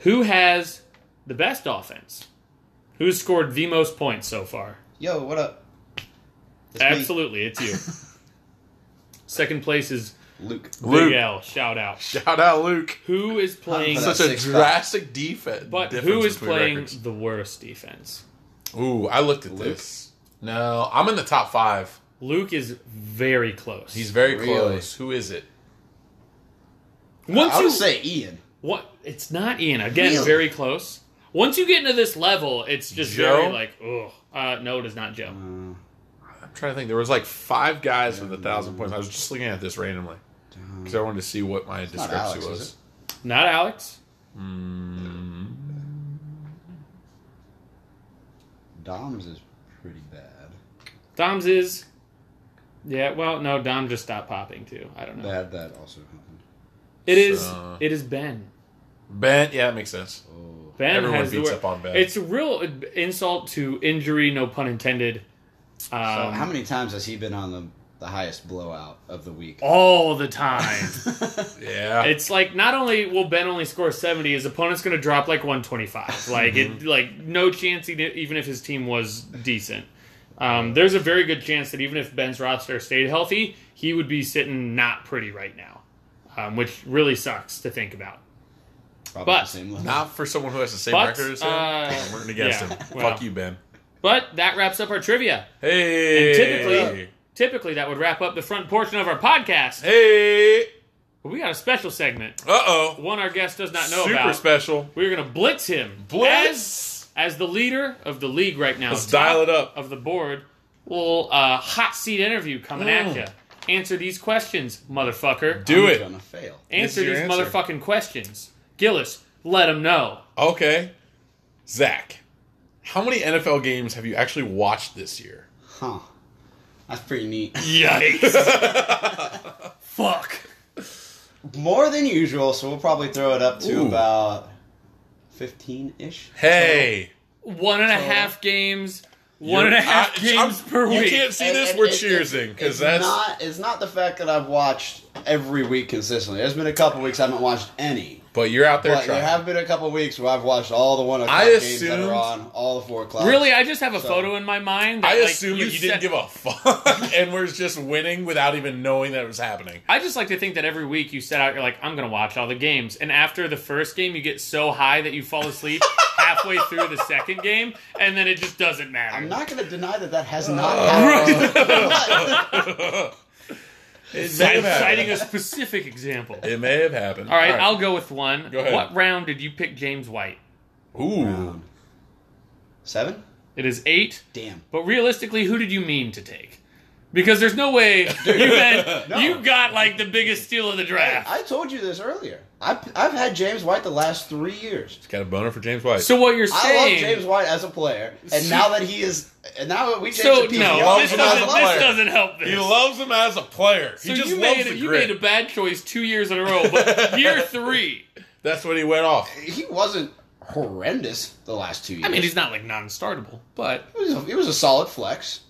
Who has the best offense? Who's scored the most points so far? Yo, what up? It's me. Absolutely, it's you. Second place is Luke. Big Luke. L, shout out. Shout out Luke. Who is playing? That's Such About a six drastic defense. But who is playing the worst defense? Ooh, I looked at Luke? this. No, I'm in the top five. Luke is very close. He's very Really? close. Who is it? once I you would say Ian. what? It's not Ian again. Really? Very close. Once you get into this level, it's just Joe? Mm. very like, oh, uh, no, it is not Joe. Uh, I'm trying to think. There was like five guys with a thousand points. I was just looking at this randomly because I wanted to see what my not discrepancy Alex, was. is it? Not Alex. Mm. Dom's is pretty bad. Dom's is. Yeah, well, no, Dom just stopped popping too. I don't know. That that also happened. It is. So- It is Ben. Ben, yeah, that makes sense. Oh, Ben Everyone has the beats wor- up on Ben. It's a real insult to injury, no pun intended. so Um, how many times has he been on the the highest blowout of the week? Oh, all the time. Yeah, it's like not only will Ben only score seventy, his opponent's going to drop like one twenty five. Like it, Mm-hmm. like no chance he did- even if his team was decent. Um, there's a very good chance that even if Ben's roster stayed healthy, he would be sitting not pretty right now, um, which really sucks to think about. Probably but- the same level. not for someone who has the same But, record as him. uh, We're gonna guess yeah, him. well. Fuck you, Ben. But that wraps up our trivia. Hey, typically- Typically, that would wrap up the front portion of our podcast. hey, uh But we got a special segment, oh, one our guest does not know super about. special. We're gonna blitz him. As, Blitz. as the leader of the league right now. Let's top dial it up. Of the board, little uh, hot seat interview coming at Mm. you. Answer these questions, motherfucker. Do I'm it. Gonna fail. answer This these is your answer. motherfucking questions, Gillis. Let him know. Okay, Zach. How many NFL games have you actually watched this year? Huh. That's pretty neat. Yikes! Fuck. More than usual, so we'll probably throw it up to Ooh. about fifteen ish. Hey, One and a half games. One and You're- a half I- games I'm- per you week. can't see And- this. and We're it- it- cheersing because it's that's not it's not the fact that I've watched every week consistently. There's been a couple weeks I haven't watched any. But you're out there But there trying. have been a couple weeks where I've watched all the one o'clock I games that assumed- are on, all the four o'clock. Really, I just have a So- photo in my mind. That, I like, assume that you said- didn't give a fuck and we're just winning without even knowing that it was happening. I just like to think that every week you set out, you're like, I'm going to watch all the games. And after the first game, you get so high that you fall asleep halfway through the second game, and then it just doesn't matter. I'm not going to deny that that has not Uh, happened. It I'm may have citing happened. a specific example. All It may have happened. right, I'll go with one. Go ahead. What round did you pick James White? Ooh. Seven? It is eight, Damn. but realistically, who did you mean to take? Because there's no way you, had, No. you got like the biggest steal of the draft. I told you this earlier. I've, I've had James White the last three years. Got a boner for James White. so what you're I love saying? James White as a player, and now that he is, and now that we changed so the team, He no, loves this him as a doesn't, this player. doesn't help. This. he loves him as a player. So he just you loves made the a, you grit. made a bad choice two years in a row, but year three. That's what he went off. he wasn't horrendous the last two years. I mean, he's not like non-startable, but he was a, he was a solid flex.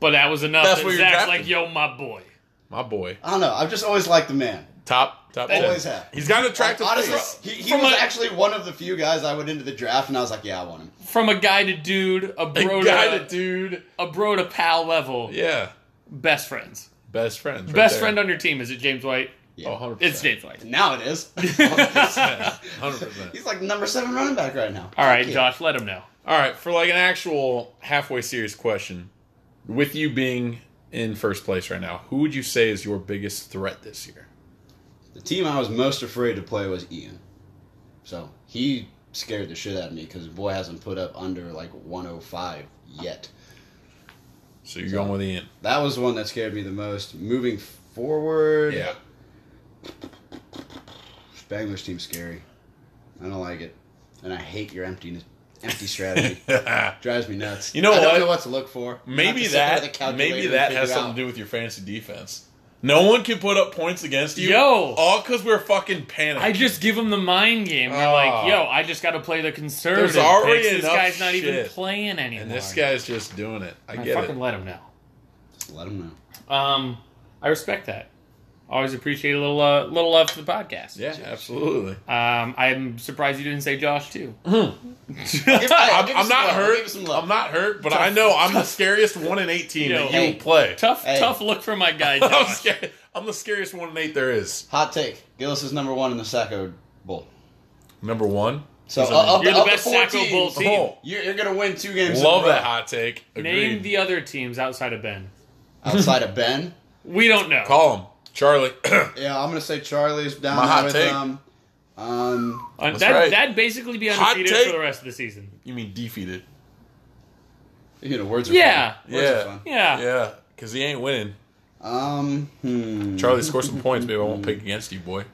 but that was enough. That's that what you're Zach's drafting. like, yo, my boy. My boy. I don't know. I've just always liked the man. Top top Always ten. have. He's got an attractive Honestly, face. he, he From was a- actually one of the few guys I went into the draft, and I was like, yeah, I want him. From a guy to dude, a bro A to guy to dude. a bro to pal level, Yeah. best friends. Best friend. Right best there. friend on your team is it James White? Yeah. Oh, 100%. It's James White. Now it is. 100%. He's like number seven running back right now. All right, Fuck yeah. Josh, let him know. All right, for like an actual halfway serious question, with you being in first place right now, who would you say is your biggest threat this year? The team I was most afraid to play was Ian. So he scared the shit out of me because the boy hasn't put up under like 105 yet. So you're going with Ian. That was the one that scared me the most. Moving forward, Yeah. Spangler's team's scary. I don't like it, and I hate your empty empty strategy. Ah. Drives me nuts. You know I what? don't know what to look for. I have Maybe to sit there with a that calculator maybe and that figure has something out. to do with your fantasy defense. No one can put up points against you. Yo. All because we're fucking panicking. I just give him the mind game. You're Ah. like, yo, I just got to play the conservative. There's already picks. This enough guy's not even shit. playing anymore. and this guy's just doing it. I I get fucking it. let him know. Just Let him know. Um, I respect that. Always appreciate a little uh, little love to the podcast. Yeah, absolutely. Um, I'm surprised you didn't say Josh too. I'm, Give us I'm not some love. Give hurt. us some love. I'm not hurt, but I know I'm the scariest one in 18 Yo. that you Hey. will play. tough, Hey. tough look for my guy I'm Josh. scared. I'm the scariest one in eight there is. Hot take. Gillis is number one in the Sacco Bowl. Number one. So He's uh, a man. up, You're the up to best four Sacco teams, Bowl team. Oh, You're, you're gonna win two games. in a love row. that hot take. Name Agreed. the other teams outside of Ben. Outside of Ben, We don't know. Call him. Charlie. yeah, I'm gonna say Charlie's down My there hot with take. um, um, Uh, That's that, right. That'd basically be Hot undefeated take. for the rest of the season. you mean defeated. you know, words are Yeah. fun. Words Yeah. are fun. Yeah. Yeah. Because he ain't winning. Um, hmm. Charlie, score some points, babe. I won't pick against you, boy.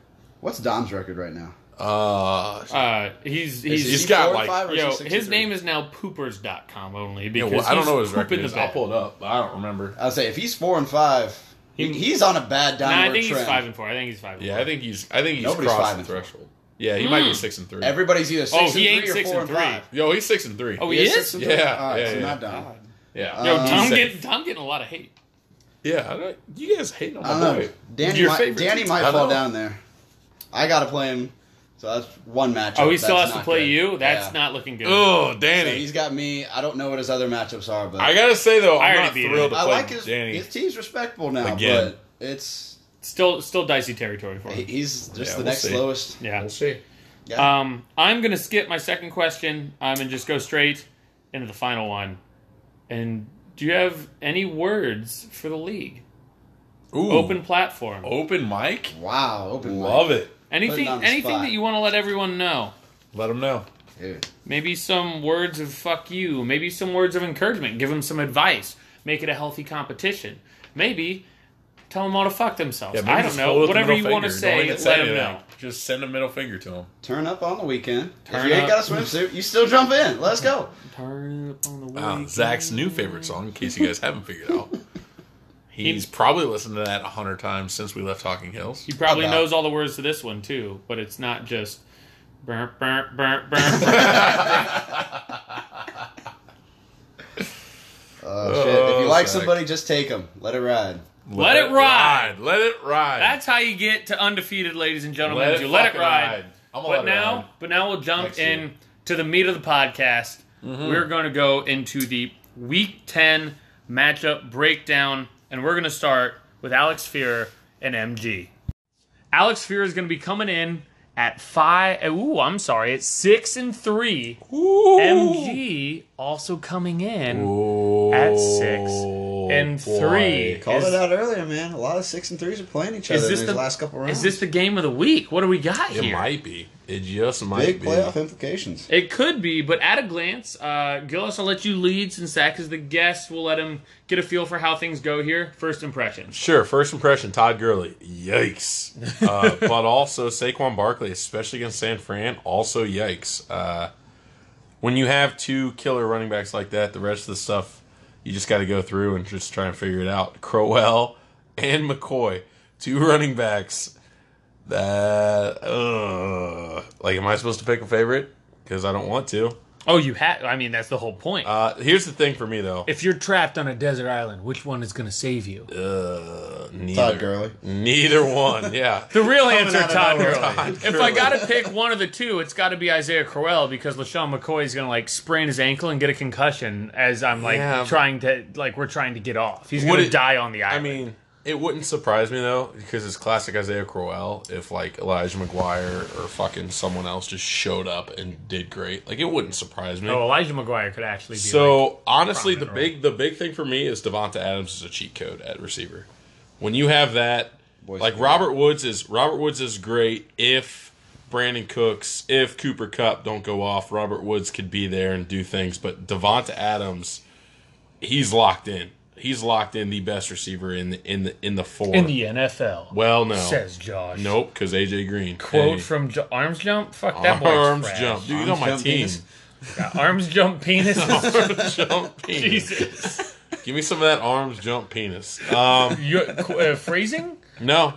What's Dom's record right now? Uh, Uh, he's Is he's, he he's got, four or like- five or is he yo, six or his three? name is now poopers.com only yeah, because well, I don't he's know what his record pooping is. The bed. I'll pull it up. but I don't remember. I'll say if he's four and five, he, He- he's on a bad downward Nah, I think trend. he's five and four. I think he's five. And Yeah, four. I think he's. I think he's Nobody's crossed five the and three. threshold. Yeah, he might be six and three. Everybody's either six Oh, and he three ain't or six four and and, three. five. Yo, he's six and three. Oh, yeah, he He is is. six and three? Yeah, All right, yeah, so yeah. not Dom. yeah. Yo, Um, Tom He's getting Tom getting a lot of hate. yeah. I don't- You guys hating on I my don't boy. know. Uh, Danny Your might, favorite Danny team. might I fall know. down there. I gotta play him, so that's one matchup. Oh, he still that's has to not play good. you. That's Yeah. not looking good. Oh, So Danny. he's got me. I don't know what his other matchups are, but I gotta say though, I I'm already not beat him. thrilled to I play like his Danny. his team's respectable now. Again. But it's Still, still dicey territory for he- him. he's just Yeah, the we'll next see. lowest. Yeah. see. Yeah. Um, I'm gonna skip my second question. I'm gonna just go straight into the final one. And do you have any words for the league? Ooh, Open platform. open mic. wow, open mic. Love it. Anything, Putting on the anything spot. that you want to let everyone know. Let him know. Dude. Maybe some words of fuck you. Maybe some words of encouragement. Give them some advice. Make it a healthy competition. Maybe tell them all to fuck themselves. Yeah, maybe I don't just know. hold up the Whatever you middle want to finger. Don't say, even let them anything. know. Just send a middle finger to him. Turn up on the weekend. if Turn you ain't up. got a swimsuit, you still jump in. Let's go. Turn up on the Wow, weekend. Uh, Zach's new favorite song. In case you guys haven't figured out, he's He- probably listened to that a hundred times since we left Talking Hills. He probably About. knows all the words to this one too, but it's not just. burr, burr, burr, burr, burr. Oh, shit. If you like Zach. somebody, just take them. Let it ride. Let it ride. Let it ride. That's how you get to undefeated, ladies and gentlemen. is you let it fucking ride. I'm gonna But let it now, ride. but now we'll jump Next in year. Mm-hmm. to the meat of the podcast. We're going to go into the Week Ten matchup breakdown, and we're going to start with Alex Fear and MG. Alex Fear is going to be coming in at five. Ooh, I'm sorry, at six and three. MG also coming in at six and Oh, boy. three. Called Is- it out earlier, man. A lot of six and threes are playing each Is other this in the these last couple rounds. Is this the game of the week? What do we got It here? might be. It just might big be. playoff implications? It could be, but at a glance, uh, Gillis, I'll let you lead since Zach is the guest. We'll let him get a feel for how things go here. First impressions. Sure, first impression, Todd Gurley. Yikes. Uh, but also Saquon Barkley, especially against San Fran, also yikes. Uh, when you have two killer running backs like that, the rest of the stuff you just got to go through and just try and figure it out. Crowell and McCoy, two running backs that uh, like am I supposed to pick a favorite? Cuz I don't want to. Oh, you had. I mean, that's the whole point. Uh, here's the thing for me though. if you're trapped on a desert island, which one is going to save you? Uh, Todd neither. Gurley. Neither one. Yeah. The real answer, out of Todd nowhere. Gurley. Todd If I Gurley. got to pick one of the two, it's got to be Isaiah Crowell because LaShawn McCoy is going to like sprain his ankle and get a concussion as I'm like Yeah, but- trying to like we're trying to get off. He's Would going to it- die on the I island. mean, it wouldn't surprise me though, because it's classic Isaiah Crowell. If like Elijah McGuire or fucking someone else just showed up and did great, like it wouldn't surprise me. oh, Elijah McGuire could actually be so honestly, the prominent big the big thing for me is Devonta Adams is a cheat code at receiver. When you have that, like scored. Robert Woods is Robert Woods is great if Brandon Cooks, if Cooper Cup don't go off, Robert Woods could be there and do things. But Devonta Adams, he's locked in. He's locked in the best receiver in the, in the in the four. in the NFL. well, no, says Josh. nope, because AJ Green quote Hey. from J- Arms Jump. Fuck that boy. arms jump, dude. He's on Arms my jump team. penis. Arms Jump penis. jump penis. Jesus. Give me some of that arms jump penis. Um, You, uh, phrasing? No,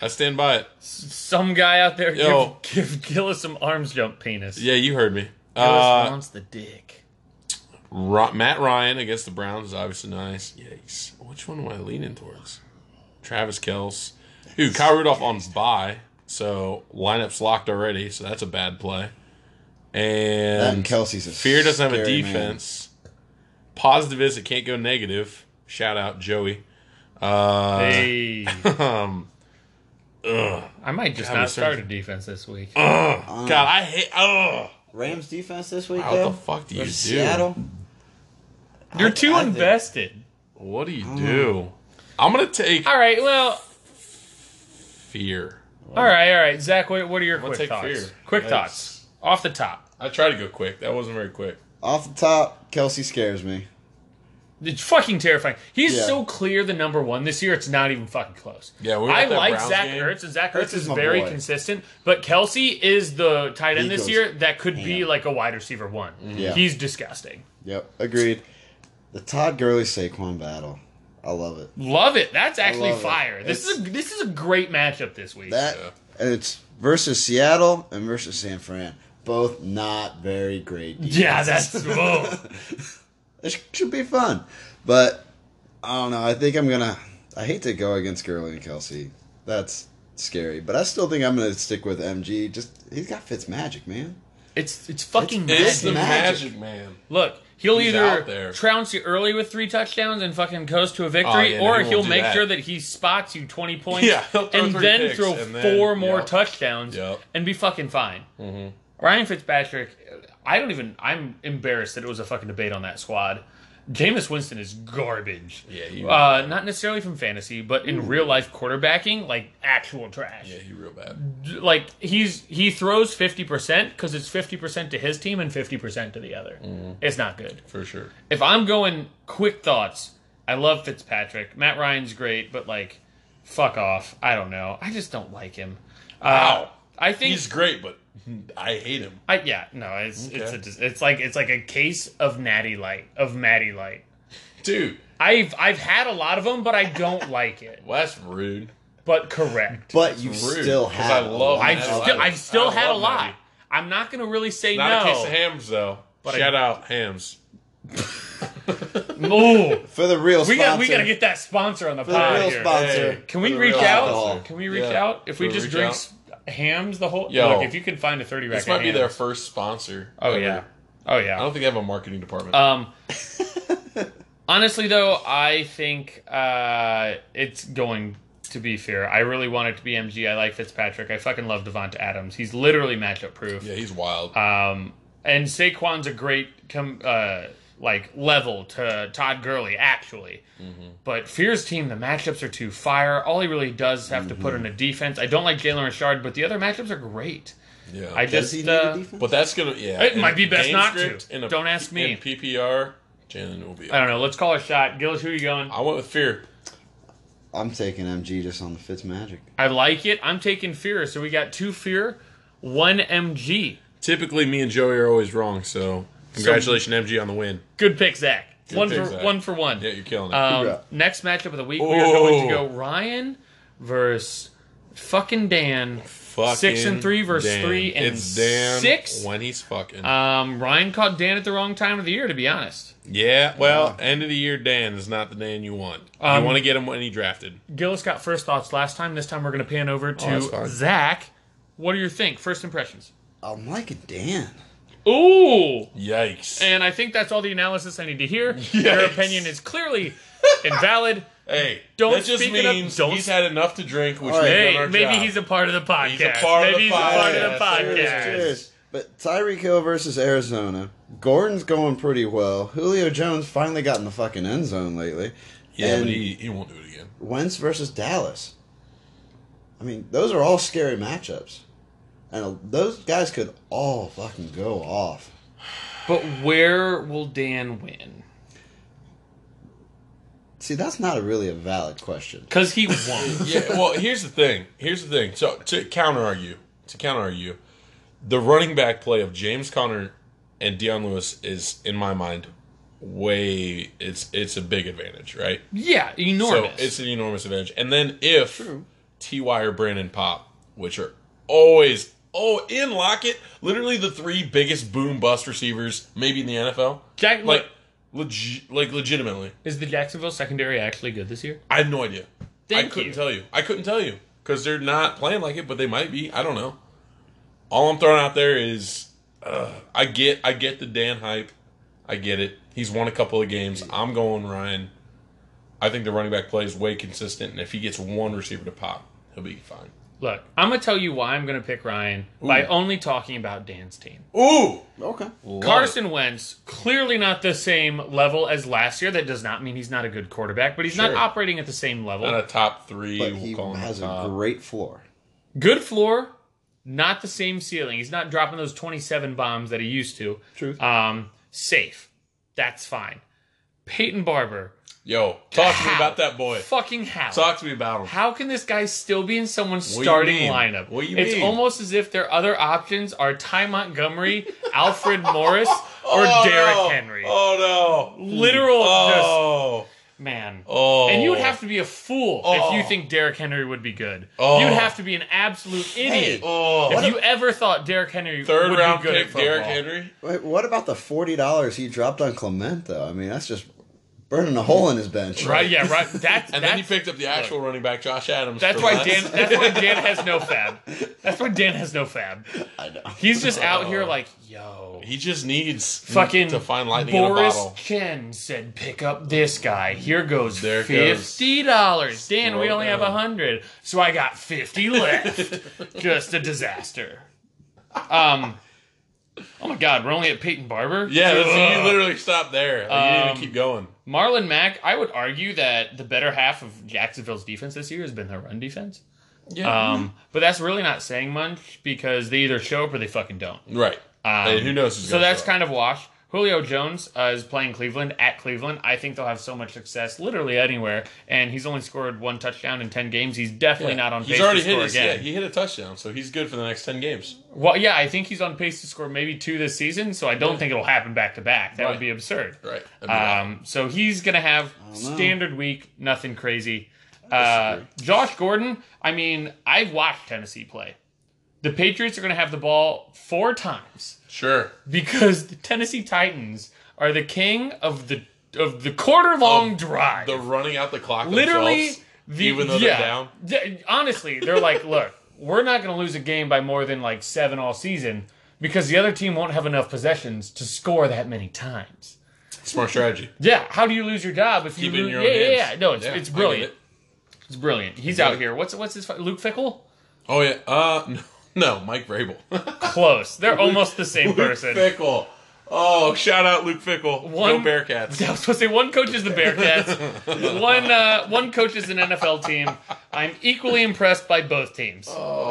I stand by it. Some guy out there Yo. give, give Gillis some Arms Jump penis. Yeah, you heard me. Gillis Uh, wants the dick. Ro- Matt Ryan against the Browns is obviously nice. Yikes! Which one am I leaning towards? Travis Kells. Dude, Kyle Rudolph on bye, so lineup's locked already. So that's a bad play. And And Kelsey's a Fear doesn't have a scary man. defense. Positive is it can't go negative. Shout out Joey. Uh, Hey, um, ugh, I might just God, we not start a started- defense this week. ugh. God, I hate. Ugh. Rams defense this week. How the though, fuck do you versus do? Seattle. You're I- too I think- invested. What do you Mm. do? I'm gonna take All right. Well. fear. All right. All right. Zach, what, what are your quick take thoughts? fear. Quick Yikes. thoughts off the top. I tried to go quick. That wasn't very quick. Off the top, Kelsey scares me. It's fucking terrifying. He's Yeah. so clear the number one this year. It's not even fucking close. Yeah, we were I at that like Browns Zach game. Ertz. And Zach Ertz Ertz, is is my very boy. consistent, but Kelsey is the tight end He this goes year that could be ham. like a wide receiver one. Mm-hmm. Yeah. He's disgusting. Yep, agreed. The Todd Gurley Saquon battle, I love it. Love it. That's actually love it. fire. This is a, this is a great matchup this week. That Yeah. and it's versus Seattle and versus San Fran. Both not very great. yeah, that's defenses. whoa. It sh- should be fun, but I don't know. I think I'm gonna. I hate to go against Gurley and Kelsey. That's scary, but I still think I'm gonna stick with MG. Just he's got Fitz magic, man. It's it's fucking magic. It's the magic. magic man. Look, he'll He's out either there. Oh, trounce you early with three touchdowns and fucking coast to a victory, yeah, no, or he won't he'll do make that. sure that he spots you twenty points Yeah, he'll throw and three then picks throw and then- four more yep. touchdowns Yep. Mm-hmm. and be fucking fine. Ryan Fitzpatrick, I don't even. I'm embarrassed that it was a fucking debate on that squad. Jameis Winston is garbage. Yeah, he- uh, not necessarily from fantasy, but in real life quarterbacking, like actual trash Yeah, he real bad. like he's he throws 50% because it's 50% to his team and 50% to the other Mm-hmm. it's not good For sure. if i'm going quick thoughts i love fitzpatrick matt ryan's great but like fuck off i don't know i just don't like him Uh, Wow. i think He's great, but I hate him. I, yeah no it's Okay. it's a, it's like it's like a case of natty light of matty light Dude, i've i've had a lot of them but i don't like it well, that's rude. but correct But you rude, still 'cause have. I a love lot. i Matty still Light. i've still I had a love lot Matty. i'm not gonna really say Not a no case of hams though. But Shout I- out hams. Ooh. for the real. We got sponsor, we got to get that sponsor on the for the pod real here. sponsor. Hey. Can we For the reach real out? alcohol. Can we reach Yeah. out if we Can we just reach drink out? s- hams the whole? Yo. Look, if you can find a thirty rack. This of might be their hams. first sponsor. Oh ever. yeah. Oh I yeah. don't think they have a marketing department. Um. honestly, though, I think uh, it's going to be fair. I really want it to be MG. I like Fitzpatrick. I fucking love Devonta Adams. He's literally matchup proof. yeah, he's wild. Um, and Saquon's a great com- uh, like level to Todd Gurley actually, Mm-hmm. but Fear's team the matchups are too fire. All he really does is have to Mm-hmm. put in a defense. I don't like Jalen Richard, but the other matchups are great. yeah. I Does just he need uh, a defense? but that's gonna yeah. It in might be a best game not to. script, in Don't ask in me. Uh, PPR, Jalen will be. I don't know. Let's call a shot. Gillis, who are you going? I went with fear. I'm taking MG just on the Fitz magic. I like it. I'm taking Fear, so we got two Fear, one MG. Typically, me and Joey are always wrong. So congratulations, MG, on the win. Good pick, Zach. one pick, for Zach. one for one. Yeah, you're killing it. Um, Yeah. next matchup of the week, we are going to Oh. go Ryan versus fucking Dan. Fucking six and three versus Dan. three and it's Dan six? when he's fucking. Um, Ryan caught Dan at the wrong time of the year, to be honest. yeah, well, end of the year Dan is not the Dan you want. Um, you want to get him when he drafted. Gillis got first thoughts last time. This time we're going to pan over Oh, that's to fine. Zach. What do you think? First impressions. I'm liking Dan. Ooh. Yikes! And I think that's all the analysis I need to hear. Your Yikes. opinion is clearly invalid. hey, Don't that just speak it up. means Don't he's s- had enough to drink, which All we've right. done Hey, our maybe job. he's a part of the podcast. a part of maybe he's a the part of the podcast. podcast. Cheers. But Tyreek Hill versus Arizona. Gordon's going pretty well. Julio Jones finally got in the fucking end zone lately. yeah, and but he, he won't do it again. Wentz versus Dallas. I mean, those are all scary matchups. And those guys could all fucking go off. But where will Dan win? See, that's not a really a valid question. Because he won't. yeah, well, here's the thing. Here's the thing. So to counter argue, to counter argue, the running back play of James Conner and Deion Lewis is, in my mind, way it's it's a big advantage, right? yeah, enormous. So it's an enormous advantage. And then if T.Y. or Brandon Pop, which are always oh in Lockett, literally the three biggest boom bust receivers maybe in the NFL, Jack- like legi- like legitimately. Is the Jacksonville secondary actually good this year? I have no idea. Thank I couldn't you. tell you. I couldn't tell you because they're not playing like it, but they might be. I don't know. All I'm throwing out there is uh, I get I get the Dan hype. I get it. He's won a couple of games. I'm going Ryan. I think the running back play is way consistent, and if he gets one receiver to pop, he'll be fine. Look, I'm gonna tell you why I'm gonna pick Ryan by only talking about Dan's team. Ooh, Okay. Love Carson Wentz clearly not the same level as last year. That does not mean he's not a good quarterback, but he's not Sure. Uh, operating at the same level. it. not a top three. But we'll he call him has a top. great floor. good floor, not the same ceiling. He's not dropping those 27 bombs that he used to. Truth. Um, safe. That's fine. Peyton Barber. Yo, talk to me How? about that boy. Fucking how? Talk to me about him. How can this guy still be in someone's What do you starting mean? lineup? What do you it's mean? almost as if their other options are Ty Montgomery, Alfred Morris, or Derrick no. Henry. Oh no! Literal Oh, just man. oh. And you would have to be a fool if you Oh. think Derrick Henry would be good. Oh. You'd have to be an absolute idiot Oh. if you ever thought Derrick Henry third would round be good pick at Derrick football. Henry. Wait, what about the forty dollars he dropped on Clement though? I mean, that's just burning a hole in his bench. Right? Yeah. Right. That's And then you that's, picked up the actual running back, Josh Adams. that's for why less. Dan. That's why Dan has no fab. That's why Dan has no fab. I know. He's just out here like, yo, He just needs fucking Mm, to find lightning Boris in a bottle. Chen said, pick up this guy. Here goes There goes. fifty dollars. Dan, we Throw only down. have a hundred, so I got fifty left. just a disaster. Um. Oh my God, we're only at Peyton Barber. Yeah, that's, you Ugh. literally stopped there. Like, you didn't Um, even keep going. Marlon Mack, I would argue that the better half of Jacksonville's defense this year has been their run defense. Yeah, Um, but that's really not saying much because they either show up or they fucking don't. right. and who knows? Who's Um, So gonna that's show up. kind of wash. Julio Jones uh, is playing Cleveland at Cleveland. I think they'll have so much success literally anywhere. And he's only scored one touchdown in ten games. He's definitely Yeah. not on He's pace to already score hit his, again. Yeah, he hit a touchdown, so he's good for the next ten games. well, yeah, I think he's on pace to score maybe two this season. So I don't think it'll happen back to back. That Right. would be absurd. Right. I mean, Um, so he's gonna have standard week, nothing crazy. Uh, Josh Gordon. I mean, I've watched Tennessee play. The Patriots are gonna have the ball four times sure. because the Tennessee Titans are the king of the of the quarter long drive. They're running out the clock. Literally, themselves, the, even though yeah. they're down. D- honestly, they're like, look, we're not gonna lose a game by more than like seven all season because the other team won't have enough possessions to score that many times. Smart strategy. Yeah, how do you lose your job if Keep it you in lose? your own yeah, yeah, hands. yeah. No, it's, Yeah, it's I get brilliant. it. It's brilliant. He's get out it. here. What's what's his fu- Luke Fickle? Oh yeah. Uh no, no Mike Vrabel. Close. They're almost the same person. Luke Fickle. Oh, shout out Luke Fickle. One- Go Bearcats. I was supposed to say one coach is the Bearcats, one uh, one coach is an NFL team. I'm equally impressed by both teams. Oh,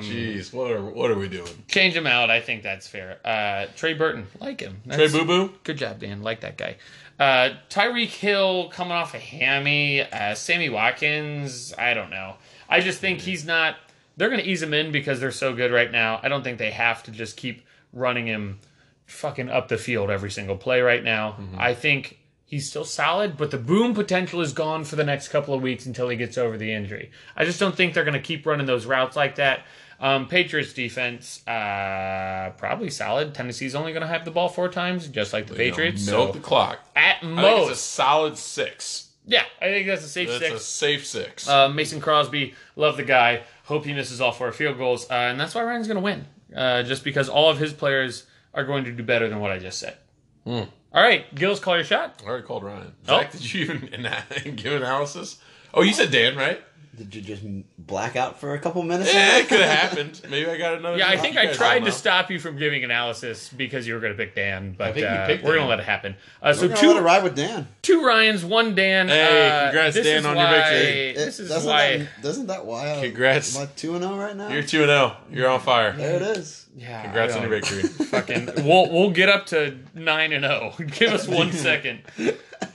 jeez, what are what are we doing? Change him out. I think that's fair. Uh, Trey Burton, like him. Trey That's- Boo Boo. Good job, Dan. Like that guy. Uh, Tyreek Hill coming off a hammy. Uh, Sammy Watkins. I don't know. I just think he's not. They're going to ease him in because they're so good right now. I don't think they have to just keep running him fucking up the field every single play right now. Mm-hmm. I think he's still solid, but the boom potential is gone for the next couple of weeks until he gets over the injury. I just don't think they're going to keep running those routes like that. Um, Patriots defense, uh, probably solid. Tennessee's only going to have the ball four times, just like the Patriots. Milk So the clock. at I think most, it's a solid six. yeah, I think that's a safe That's a six. safe six. Uh, Mason Crosby, love the guy. Hope he misses all four field goals, uh, and that's why Ryan's going to win. Uh, just because all of his players are going to do better than what I just said. All right, Gills, call your shot. I already called Ryan. Oh. Zach, did you even an- give analysis? Oh, you said Dan, right? Did you just black out for a couple minutes? Yeah, it could have happened. Maybe I got another. Yeah, I job. think You I guys tried don't to know. stop you from giving analysis because you were going to pick Dan, but think you uh, picked we're going Dan. to let it happen. Uh, so We're gonna let it two, ride with Dan. two Ryans, one Dan. Hey, uh, congrats, this Dan, is on your why- victory. This is doesn't why. That, doesn't that why? I'm- Congrats. I'm like two and zero right now. You're two and zero. You're on fire. there it is. yeah, Congrats I on your don't- victory. Fucking, we'll we'll get up to nine and zero. Give us one second.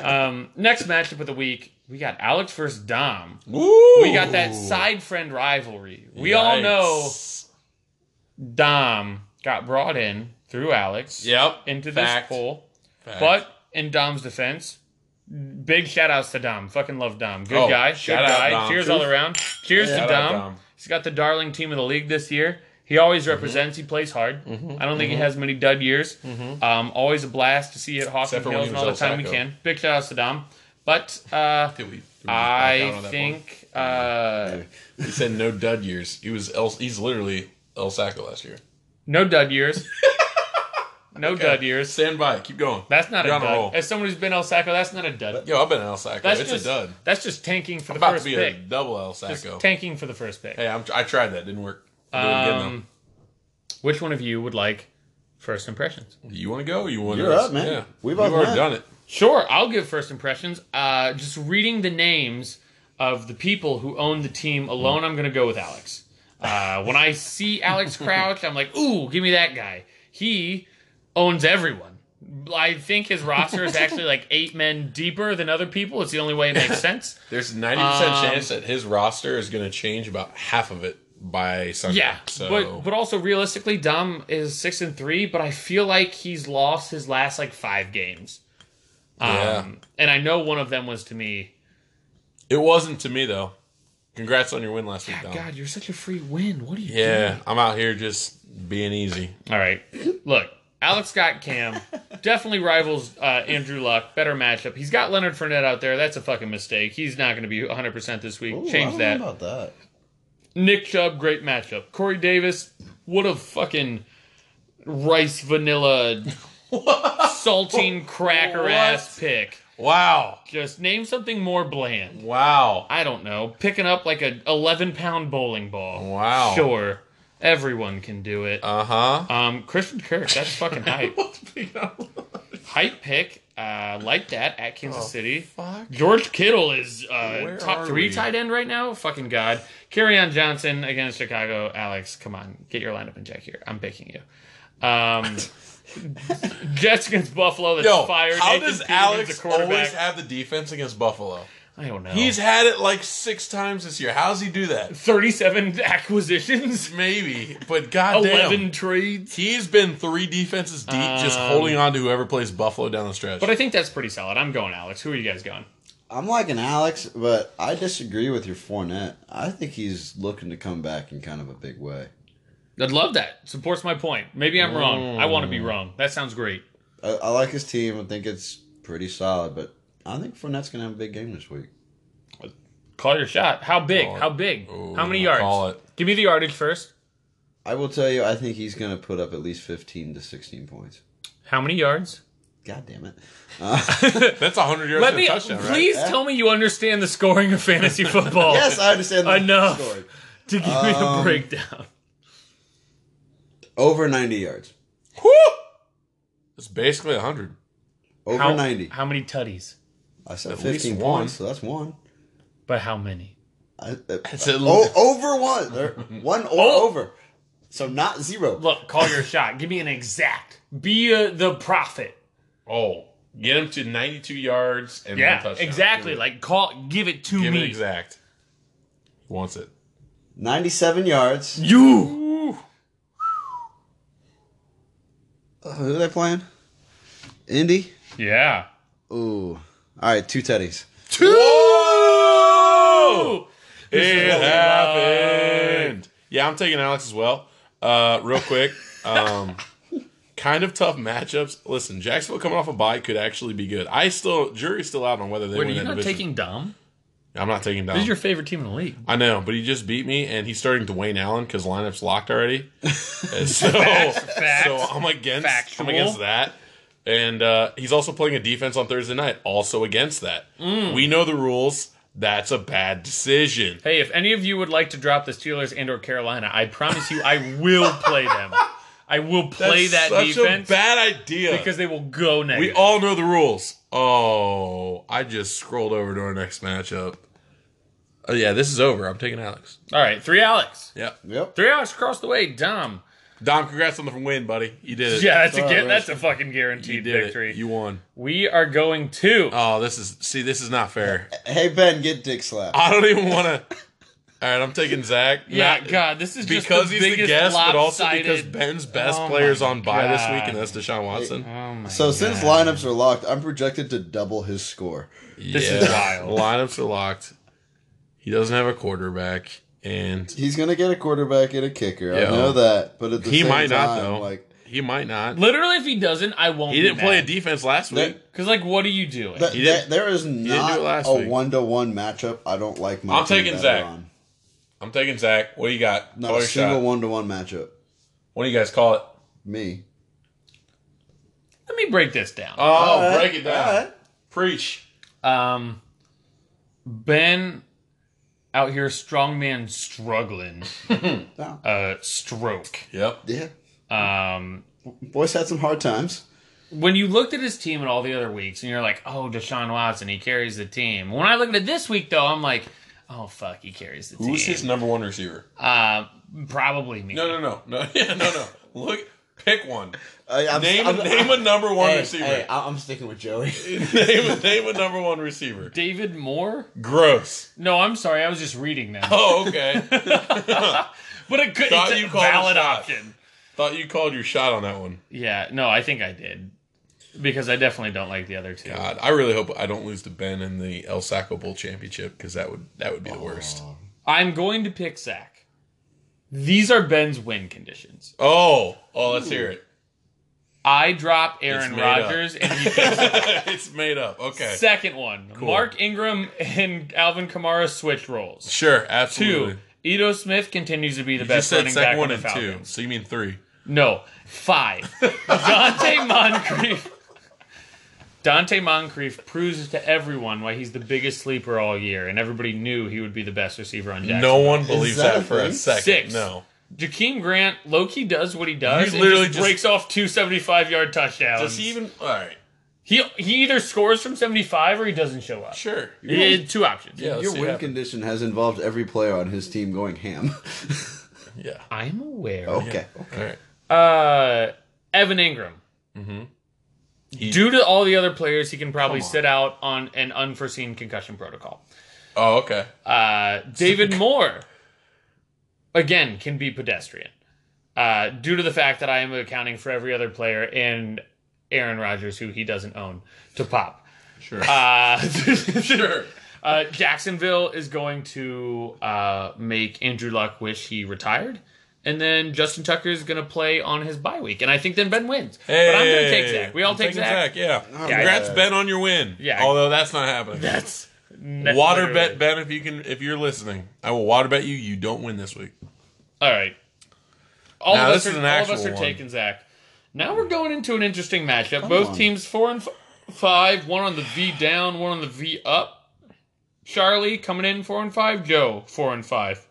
Um, next matchup of the week, we got Alex versus Dom. Woo! We got that side friend rivalry. We all know Dom got brought in through Alex Yep. into this Fact. poll. Fact. But in Dom's defense, big shout outs to Dom. Fucking love Dom. Good Oh, guy. shout Good out, guy. Dom. Cheers Truth. all around. Cheers Shout to out, Dom. Dom. Mm-hmm. He's got the darling team of the league this year. He always represents. He plays hard. I don't think he has many dud years. Um, always a blast to see you at Hawking Mm-hmm. Except for when Hills he and was all the El time we Saco. can. Big shout outs to Dom. But uh, Did we- did we back out I on that Mm-hmm. think uh, one? he said no dud years. He was El, he's literally El Saco last year. no dud years. No dud years. Stand by. Keep going. That's not You're a on dud. roll. As someone who's been El Saco, that's not a dud. Yo, I've been an El Saco. That's it's just, a dud. That's just tanking for the About to first be pick. a double El Just Saco. tanking for the first pick. hey, I'm, I tried that. Didn't work. I'll do it again, Um, which one of you would like first impressions? though. You want to go? You want? You're up, man. Yeah. We We've both already went. done it. Sure, I'll give first impressions. Uh, just reading the names of the people who own the team alone, I'm going to go with Alex. Uh, when I see Alex Crouch, I'm like, ooh, give me that guy. He owns everyone. I think his roster is actually like eight men deeper than other people. It's the only way it makes sense. There's 90% Um, chance that his roster is going to change about half of it by Sunday. Yeah, So but but also realistically, Dom is six and three, but I feel like he's lost his last like five games. Um, Yeah. and I know one of them was to me. it wasn't to me though. Congrats on your win last week, Dom. God, you're such a free win. What are you Yeah, I'm out here just being easy. doing? All right, look, Alex Scott Cam definitely rivals uh, Andrew Luck. Better matchup. He's got Leonard Fournette out there. That's a fucking mistake. He's not going to be 100 percent this week. Ooh, I Change don't that. Know about that. Nick Chubb, great matchup. Corey Davis, what a fucking rice vanilla saltine cracker What? ass pick. Wow. Just name something more bland. Wow. I don't know. Picking up like a 11 pound bowling ball. Wow. Sure. Everyone can do it. Uh huh. Um, Christian Kirk, that's fucking hype. hype pick. Uh, like that at Kansas City. Oh, Fuck. George Kittle is uh, Where top are three we? tight end right now. Fucking god. Carry on Johnson against Chicago. Alex, come on, get your lineup in check here. I'm picking you. Um, Jets against Buffalo. That's Yo, fired. how Nathan does Peterman's Alex a quarterback. always have the defense against Buffalo? I don't know. He's had it like six times this year. How does he do that? 37 acquisitions, Maybe, but goddamn, 11 trades. he's been three defenses deep, just Um, holding on to whoever plays Buffalo down the stretch. But I think that's pretty solid. I'm going Alex. Who are you guys going? I'm like an Alex, but I disagree with your Fournette. I think he's looking to come back in kind of a big way. I'd love that. Supports my point. Maybe I'm wrong. I want to be wrong. That sounds great. I, I like his team. I think it's pretty solid, but I think Fournette's gonna have a big game this week. Call your shot. How big? Call it. How big? Ooh, How many yards? call it. Give me the yardage first. I will tell you, I think he's gonna put up at least 15 to 16 points. How many yards? God damn it! That's a hundred yards Let and me a touchdown, right? please tell me you understand the scoring of fantasy football. Yes, I understand the Enough. story. To give me Um, a breakdown. Over 90 yards. Whew! That's basically a hundred. Over How, 90. how many tutties? I said At least 15 points, one. so that's one. But how many? I, uh, It's at oh, least- over one. There- one or Oh. over. So not zero. Look, call your shot. Give me an exact. Be uh, the prophet. Oh, get him to ninety-two yards and one Yeah, touchdown. exactly. Like call, give it to give me. it exact. He wants it. 97 yards. You. Uh, who are they playing? Indy? Yeah. Ooh. All right, two teddies. Whoa! is It what we happened. Yeah, I'm taking Alex as well. Uh, real quick, um, kind of tough matchups. Listen, Jacksonville coming off a bye could actually be good. I still jury's still out on whether they Wait, are win you that not division. taking Dom? I'm not taking down. This is your favorite team in the league. I know, but he just beat me, and he's starting Dwayne Allen because lineup's locked already. And so, facts. so I'm against Factual. I'm against that. And uh, he's also playing a defense on Thursday night, also against that. Mm. We know the rules. That's a bad decision. Hey, if any of you would like to drop the Steelers and or Carolina, I promise you, I will play them. I will play That's that such defense A bad idea. because they will go next. we all know the rules. Oh, I just scrolled over to our next matchup. Oh yeah, this is over. I'm taking Alex. all right, three Alex, Yeah, Yep. three Alex across the way, Dom. Dom, congrats on the win, buddy. You did it. Yeah, that's a Sorry, gu- Russ. that's a fucking Oh, you guaranteed did victory. it. You won. we are going to. Oh, this is see, this is not fair. Hey, Ben, get dick slapped. I don't even want to. All right, I'm taking Zach. yeah, Not- God, this is just because the he's the biggest guest, but also because lopsided- Ben's best Oh player is my on by this God. week, and that's Deshaun Watson. Oh my so since God. lineups are locked, I'm projected to double his score. This is wild. Lineups are locked. He doesn't have a quarterback, and He's gonna get a quarterback and a kicker. Yeah. I know that, but at the he same might not time, though. like he might not. literally, if he doesn't, I won't. He didn't play a D. defense last That- week. Because like, what are you doing? that, He didn't- that- there is do it not last a week. one to one matchup. I don't like my. I'm team taking better Zach. on. I'm taking Zach. What do you got? Not Call a your shot. single one to one matchup. What do you guys call it? Me. me break this down. Oh, All right, break it down. all right. Preach. Um, Ben out here, strongman struggling. No. uh, stroke. Yep. Yeah. Um, Boys had some hard times. when you looked at his team and all the other weeks, and you're like, "Oh, Deshaun Watson, he carries the team." When I look at it this week, though, I'm like, "Oh fuck, he carries the Who's team." his number one receiver? uh, probably me. No, no, no, no, yeah, no, no. Look, pick one. I, I'm, Name, I'm- name a number one Hey, receiver. hey, I- I'm sticking with Joey. name, a- name a number one receiver. David Moore? Gross. No, I'm sorry, I was just reading that. Oh, okay. But a good, Thought it's a you called a valid shot. option. Thought you called your shot on that one. Yeah, no, I think I did because I definitely don't like the other two. God, I really hope I don't lose to Ben in the El Saco Bowl championship because that would that would be the worst. I'm going to pick Zach. These are Ben's win conditions. Oh, oh, let's hear it. I drop It's Aaron made up. Rodgers, and he picks it's made up. Okay, Second one, Mark Ingram and Alvin Kamara switch roles. sure, Two, absolutely. Edo Smith continues to be the You best just said running back second one one in the and two, Falcons. so you mean three. No, five. Dante Moncrief. Dante Moncrief proves to everyone why he's the biggest sleeper all year, and everybody knew he would be the best receiver on Jackson. No one believes that a that, for a thing? second. Six. No, Jakeem Grant, Loki does what he does. You and literally just, just- breaks off two seventy-five yard touchdowns. does he even? All right, He he either scores from seventy-five or he doesn't show up. sure. Eh, two options. Yeah, let's Your see win what happens. condition has involved every player on his team going ham. Yeah. I'm aware. okay. All right. Uh, Evan Ingram. Mm-hmm. Due to all the other players, he can probably sit out on an unforeseen concussion protocol. Oh, okay. Uh, David Moore, again, can be pedestrian. Uh, due to the fact that I am accounting for every other player and Aaron Rodgers, who he doesn't own, to pop. Sure. Uh, sure. uh, Jacksonville is going to uh, make Andrew Luck wish he retired. And then Justin Tucker is going to play on his bye week. And I think then Ben wins. but I'm going to take Hey, Zach. We all I'm take taking Zach. Yeah. Yeah. Congrats, Ben, on your win. Yeah. Although that's not happening. That's water literally- bet Ben if you can if you're listening. I will water bet you you don't win this week. All right. All Now, of this us is are, an all of us actual are one. taking Zach. Now we're going into an interesting matchup. Both teams four and f- five. One on the V down. One on the V up. Charlie coming in four and five. Joe four and five.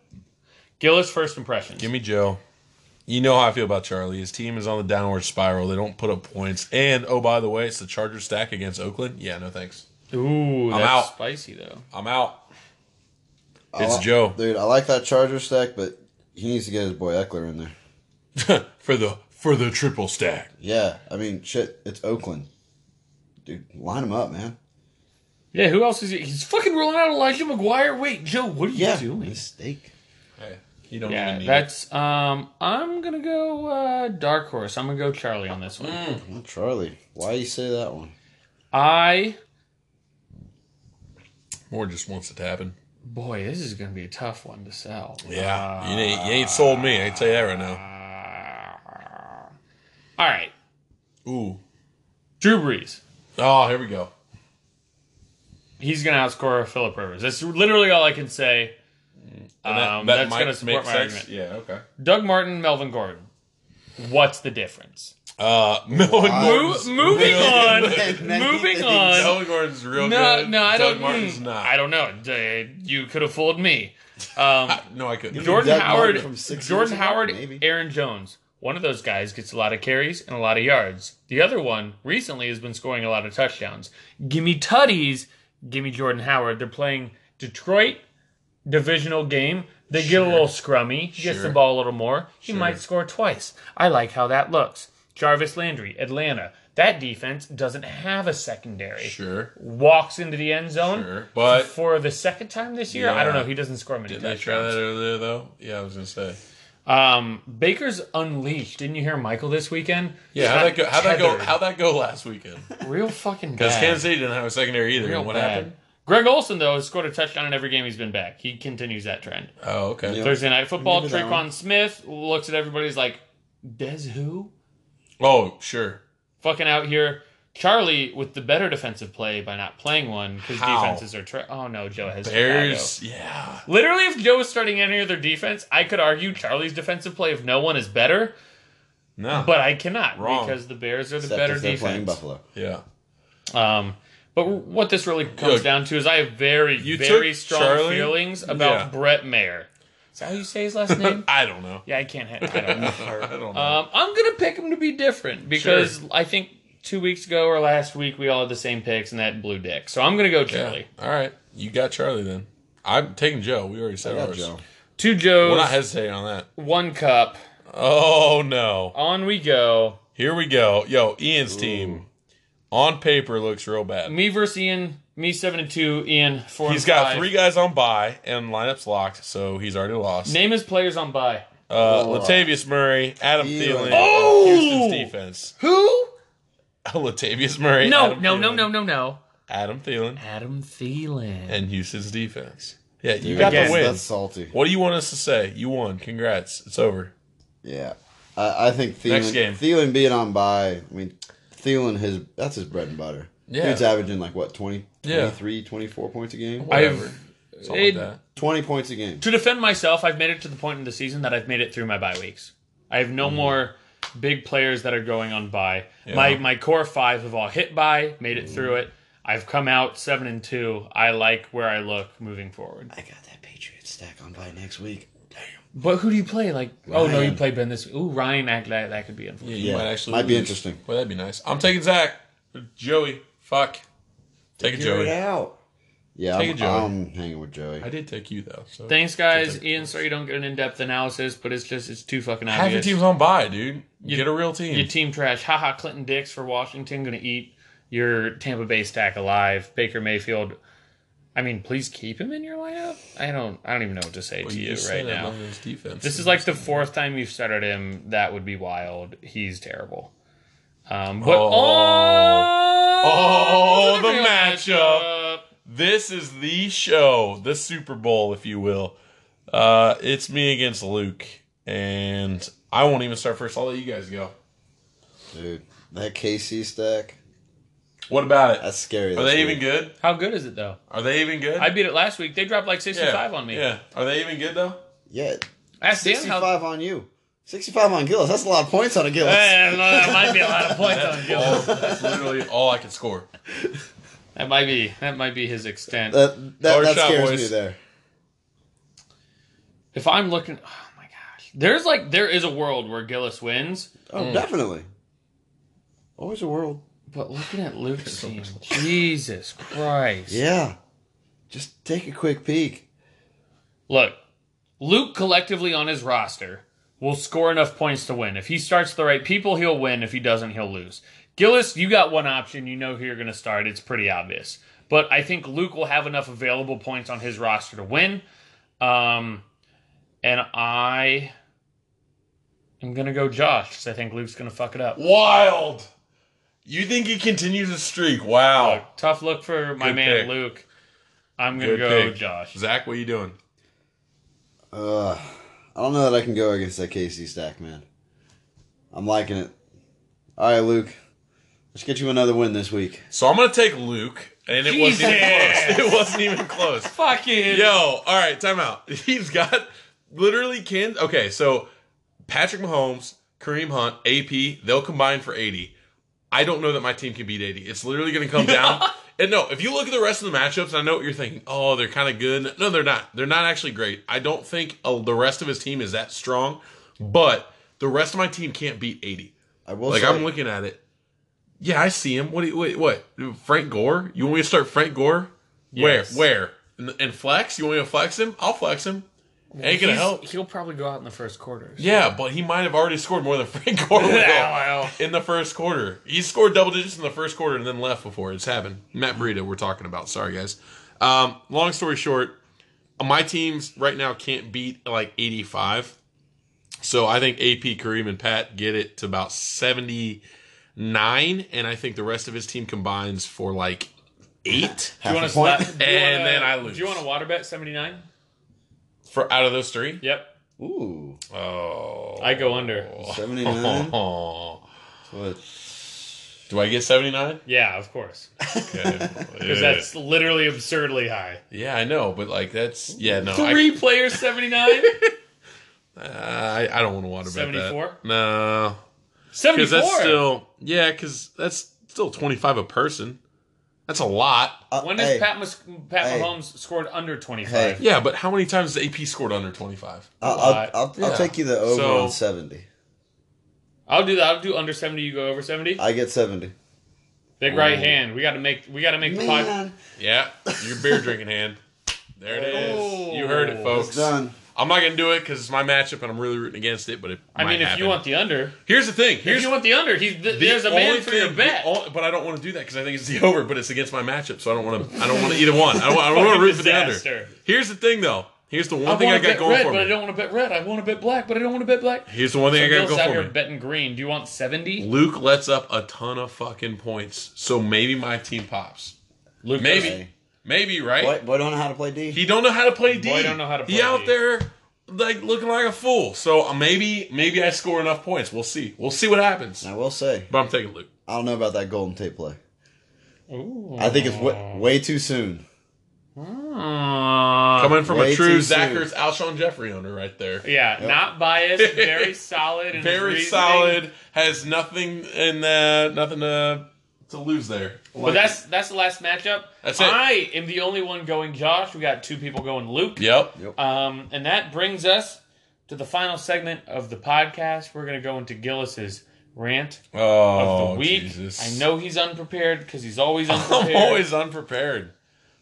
Gillis first impressions. Give me Joe. You know how I feel about Charlie. His team is on the downward spiral. They don't put up points. And oh by the way, it's the Chargers stack against Oakland. Yeah, no thanks. Ooh, that's out. spicy though. I'm out. It's Uh, I li- Joe. Uh, Dude, I like that Charger stack, but he needs to get his boy Eckler in there. for the for the triple stack. Yeah, I mean, shit, it's Oakland. Dude, line him up, man. Yeah, who else is he? He's fucking rolling out Elijah McGuire. Wait, Joe, what are you Yeah, doing? mistake. Hey, you don't Yeah, even need that's um. I'm gonna go uh, dark horse. I'm gonna go Charlie on this one. Mm. Oh, Charlie, why you say that one? I it. Moore just wants it to happen. boy, this is gonna be a tough one to sell. Yeah. you, ain't, you Ah. ain't sold me, I can tell you that right now. All right, Ooh. Drew Brees. Oh, here we go. He's gonna outscore Philip Rivers. That's literally all I can say. And Um, that's gonna support my argument. Yeah, okay. Doug Martin, Melvin Gordon. What's the difference? Uh, Melvin Mo- Gordon's moving real on. good. moving on. Melvin Gordon's real No, good. no, I Doug don't. Martin's mm, not. I don't know. D- You could have fooled me. Um, No, I couldn't. Jordan Doug Martin Howard, from six Jordan years ago? Howard, Maybe. Aaron Jones. One of those guys gets a lot of carries and a lot of yards. The other one recently has been scoring a lot of touchdowns. Gimme Tutties, gimme Jordan Howard. They're playing Detroit divisional game. They get a little scrummy, gets Sure. the ball a little more. He might score twice. I like how that looks. Jarvis Landry, Atlanta. That defense doesn't have a secondary Sure. walks into the end zone. Sure, but- for the second time this year, I don't Yeah. know. He doesn't score many Did they try that touchdowns. earlier, though? Yeah, I was going to say. Um, Baker's unleashed. Didn't you hear Michael this weekend? Yeah, how'd that go, how'd that go, Tethered. how'd that go last weekend? Real fucking Because bad. Kansas City didn't have a secondary either. Real and what bad. happened? Greg Olson though has scored a touchdown in every game he's been back. He continues that trend. Oh, okay. Thursday night football. Remember that Traquan one. Smith looks at everybody's like, "Des who?" Oh, sure. Fucking out here. Charlie with the better defensive play by not playing one because How? defenses are. Tra- oh no, Joe has Chicago. Bears, yeah. Literally, if Joe was starting any other defense, I could argue Charlie's defensive play, if no one, is better. No. but I cannot Wrong. because the Bears are the Except better if they're playing defense. Buffalo. yeah. Um, but what this really comes Look, down to is I have very, you very took strong Charlie? feelings about Yeah. Brett Mayer. Is that how you say his last name? I don't know. yeah, I can't. ha- I don't know. I don't know. Um, I'm gonna pick him to be different because I think two weeks ago or last week we all had the same picks and that blew dick. So I'm gonna go yeah. Charlie. All right. You got Charlie then. I'm taking Joe. We already said I got ours. Joe. Two Joes, We're not hesitating on that. one cup. Oh no. On we go. Here we go. Yo, Ian's team on paper looks real bad. Me versus Ian. Me seven and two. Ian four. He's and got five. three guys on bye and lineup's locked, so he's already lost. Name his players on bye. Uh, Latavius Murray, Adam Thielen, Thielen. Oh! Houston's defense. Who? Latavius Murray. No, Adam no, Thielen, no, no, no, no. Adam Thielen Adam Thielen. and Houston's defense. Yeah, you Dude, got Again, the win. That's salty. What do you want us to say? You won. Congrats. It's over. Yeah, I, I think Thielen, Next game. Thielen being on by. I mean, Thielen his that's his bread and butter. Yeah. Dude's averaging like what 20, Yeah. 23, 24 points a game. I've Something it- like that. Twenty points a game. to defend myself, I've made it to the point in the season that I've made it through my bye weeks. I have Mm-hmm. no more big players that are going on bye. My my core five have all hit bye, made Mm-hmm. it through it. I've come out seven and two. I like where I look moving forward. I got that Patriots stack on by next week. Damn. But who do you play? Like, oh no, you Ryan. play Ben this. Ooh, Ryan, act that that could be unfortunate. Yeah, you Yeah, might actually might be lose. interesting. Well, that'd be nice. I'm taking Zach. Joey. Fuck. Take a Joey. out. Yeah, I'm, Take it, Joey. I'm hanging with Joey. I did take you though. So. Thanks, guys. Take- Ian, sorry you don't get an in depth analysis, but it's just it's too fucking obvious. Half your team's on bye, dude. Get a real team. Your team trash. Haha, Clinton Dix for Washington going to eat your Tampa Bay stack alive. Baker Mayfield. I mean, please keep him in your lineup. I don't. I don't even know what to say Well, to you you just right said now. Atlanta's defense. This is like the fourth time you've started him. That would be wild. He's terrible. Um, but Oh. oh, Oh, the matchup. This is the show, the Super Bowl, if you will. Uh, it's me against Luke, and I won't even start first. I'll let you guys go. Dude, that KC stack. What about it? That's scary. Are they even good? How good is it though? Are they even good? I beat it last week. They dropped like yeah. sixty-five on me. Yeah. Are they even good though? Yeah, Ask Dan how. sixty-five on you. Sixty-five on Gillis. That's a lot of points on a Gillis. Eh, that might be a lot of points on Gil. All- that's literally all I can score. That might be. That might be his extent. That that, Hard that shot, scares boys. me there. If I'm looking, oh my gosh, there's like there is a world where Gillis wins, Oh, Mm. definitely. Always a world. but looking at Luke's team, Jesus Christ! Yeah. Just take a quick peek. Look, Luke collectively on his roster will score enough points to win. If he starts the right people, he'll win. If he doesn't, he'll lose. Gillis, you got one option. You know who you're going to start. It's pretty obvious. But I think Luke will have enough available points on his roster to win. Um, and I am going to go Josh because I think Luke's going to fuck it up. Wild. You think he continues his streak? Wow. Tough look for my Good man pick. Luke. I'm gonna go Josh. Zach, what are you doing? Uh, I don't know that I can go against that KC stack, man. I'm liking it. All right, Luke. Let's get you another win this week. So I'm gonna take Luke, and it wasn't even Jesus. close. It wasn't even close. Fucking Yo, all right, time out. He's got literally Ken. Okay, so Patrick Mahomes, Kareem Hunt, AP, they'll combine for 80. I don't know that my team can beat 80. It's literally going to come down. And no, if you look at the rest of the matchups, I know what you're thinking. Oh, they're kind of good. No, they're not. They're not actually great. I don't think uh, the rest of his team is that strong, but the rest of my team can't beat 80. I will Like say, I'm looking at it. Yeah, I see him. What? Do you, wait, what? Frank Gore? You want me to start Frank Gore? Yes. Where? Where? And, and flex? You want me to flex him? I'll flex him. Ain't gonna help. He'll probably go out in the first quarter. Yeah, but he might have already scored more than Frank Gore will Wow. in the first quarter. He scored double digits in the first quarter and then left before it's happened. Matt Burrito, we're talking about. Sorry, guys. Um, long story short, my teams right now can't beat like 85. So I think AP, Kareem, and Pat get it to about 79. And I think the rest of his team combines for like eight Do you want half to a point. stop? do you And wanna- then I lose. Do you want to water bet seventy nine? for out of those three. Yep. Ooh, Oh. I go under. 79. Oh. What? Do I get 79? Yeah, of course, because Okay. that's literally absurdly high. Yeah, I know, but like that's yeah, no. I- Three players, seventy nine. I, I don't want to water bet that. 74? No. Seventy because four. that's still yeah, because that's still twenty five a person. That's a lot. Uh, when has hey, Pat, Mus- Pat Hey. Mahomes scored under twenty Hey. five? Yeah, but how many times has AP scored under twenty five? I'll, lot. I'll, I'll, Yeah. I'll take you the over So- on 70. I'll do that. I'll do under seventy. You go over seventy. I get 70. Big right hand. We got to make. We got to make the pod. Man, Yeah, your beer drinking hand. There it is. You heard it, Oh. folks. it's done. I'm not gonna do it because it's my matchup and I'm really rooting against it. But it I might mean, if happen. you want the under, here's the thing. Here's if you want the under, he's th- the there's a man only for your thing- bet. the only- but I don't want to do that because I think it's the over. But it's against my matchup, so I don't want to. I don't want to either one. I don't, I don't want to Fucking root for the disaster. under. Here's the thing, though. Here's the one I thing want I to got bet going red, for but I me. don't want to bet red. I want to bet black, but I don't want to bet black. Here's the one thing So I got Bill's out going for here me. betting green. Do you want seventy? Luke lets up a ton of fucking points, so maybe my team pops. Luke, Maybe, Hey. maybe right? Boy, boy don't know how to play D. He don't know how to play D. Boy don't know how to He play out D. there like looking like a fool. So uh, maybe, maybe I score enough points. We'll see. We'll see what happens. I will say, But I'm taking Luke. I don't know about that Golden Tate play. Ooh. I think it's way, way too soon. Coming from a Uh, way true too soon. Zachers Alshon Jeffrey owner right there. Yeah, not biased. Very solid. And Very solid. Has nothing in uh, nothing to to lose there. But that's that's the last matchup. That's it. I am the only one going Josh. We got two people going Luke. Yep. Um, and that brings us to the final segment of the podcast. We're going to go into Gillis's rant Oh, of the week. Jesus. I know he's unprepared because he's always I'm unprepared. always unprepared.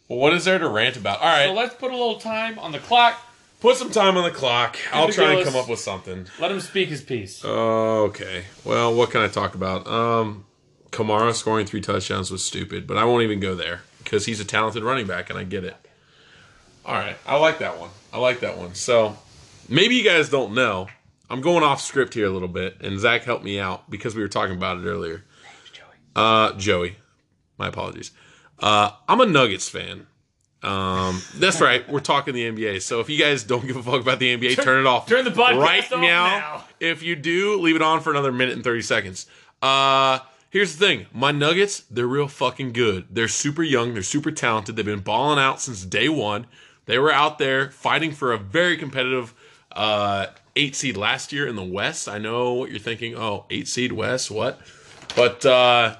Well, what is there to rant about? All right. So let's put a little time on the clock. Put some time on the clock. I'll to try and Gillis. come up with something. Let him speak his piece. Oh. okay. Well, what can I talk about? Um, Kamara scoring three touchdowns was stupid, but I won't even go there because he's a talented running back, and I get it. All right, I like that one. I like that one. So maybe you guys don't know. I'm going off script here a little bit, and Zach helped me out because we were talking about it earlier. Uh, Joey, my apologies. Uh, I'm a Nuggets fan. Um, that's right. We're talking the NBA. So if you guys don't give a fuck about the NBA, turn it off. turn the podcast off right now. If you do, leave it on for another minute and thirty seconds. Uh, here's the thing. My Nuggets, they're real fucking good. They're super young. They're super talented. They've been balling out since day one. They were out there fighting for a very competitive uh, eight seed last year in the West. I know what you're thinking. Oh, eight seed West, what? But uh,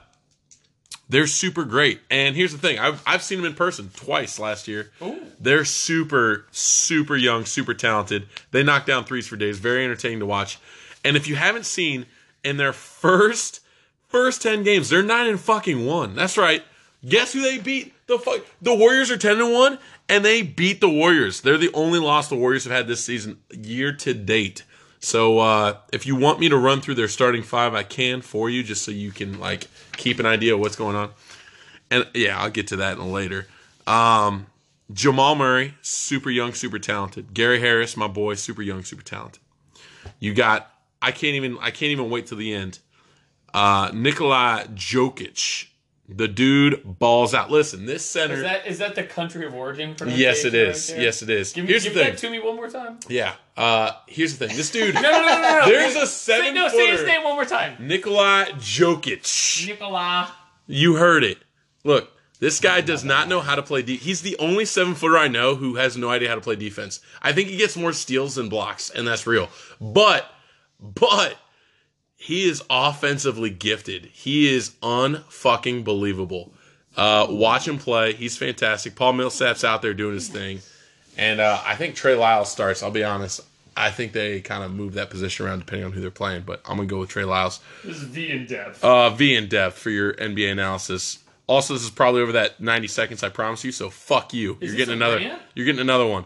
they're super great. And here's the thing I've, I've seen them in person twice last year. They're super, super young, super talented. They knock down threes for days. Very entertaining to watch. And if you haven't seen in their first first 10 games, they're 9 and fucking 1. That's right. Guess who they beat? The fuck the Warriors are 10 and 1 and they beat the Warriors. They're the only loss the Warriors have had this season year to date. So uh, if you want me to run through their starting five, I can for you, just so you can like keep an idea of what's going on. And yeah, I'll get to that in later. Um, Jamal Murray, super young, super talented. Gary Harris, my boy, super young, super talented. You got I can't even I can't even wait till the end. Uh, Nikolai Jokic, the dude balls out. Listen, this Is center. that is that the country of origin? yes, pronunciation it is. right there? yes, it is. Give, me, Here's give the thing. that to me one more time. yeah. Uh, here's the thing. This dude. No, no, no, no, no. There's a Say, seven. no, say his name one more time. Nikolai Jokic. Nicola. You heard it. Look, this guy does not know how to play. De- He's the only seven footer I know who has no idea how to play defense. I think he gets more steals than blocks, and that's real. But, but he is offensively gifted. He is unfucking believable. Uh, watch him play. He's fantastic. Paul Millsap's out there doing his thing, and uh, I think Trey Lyles starts. I'll be honest. I think they kind of move that position around depending on who they're playing, but I'm gonna go with Trey Lyles. This is the in depth. Uh, v in depth for your NBA analysis. Also, this is probably over that 90 seconds I promise you. So fuck you. you're this getting a another. rant? You're getting another one.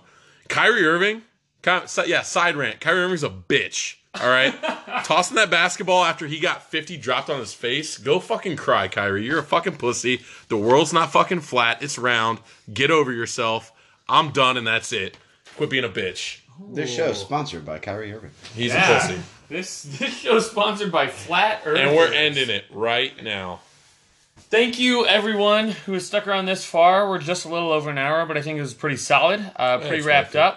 Kyrie Irving. Ki- si- yeah, side rant. Kyrie Irving's a bitch. All right, tossing that basketball after he got 50 dropped on his face. Go fucking cry, Kyrie. You're a fucking pussy. The world's not fucking flat. It's round. Get over yourself. I'm done, and that's it. Quit being a bitch. This show show's sponsored by Kyrie Irving. He's a Yeah. pussy. This this show is sponsored by Flat Earth. And we're ending it right now. Thank you, everyone who has stuck around this far. We're just a little over an hour, but I think it was pretty solid, uh, pretty it's wrapped worth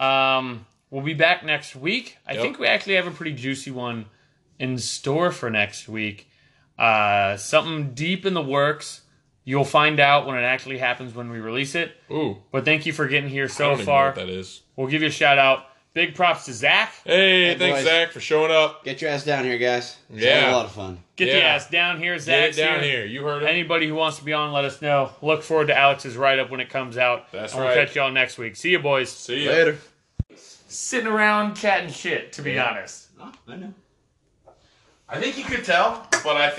up. Um, we'll be back next week. I Yep. think we actually have a pretty juicy one in store for next week. Uh, something deep in the works. You'll find out when it actually happens when we release it. Ooh, But thank you for getting here I so don't even know far. what that is. We'll give you a shout out. Big props to Zach. Hey, Hey, thanks, boys. Zach, for showing up. Get your ass down here, guys. It's Yeah. a lot of fun. Get the Yeah. ass down here, Get Zach. it down here. You heard it. Anybody who wants to be on, let us know. Look forward to Alex's write up when it comes out. That's and We'll right. catch y'all next week. See you, boys. See ya. Later. Sitting around chatting shit, to be honest. I know. I think you could tell, but I think.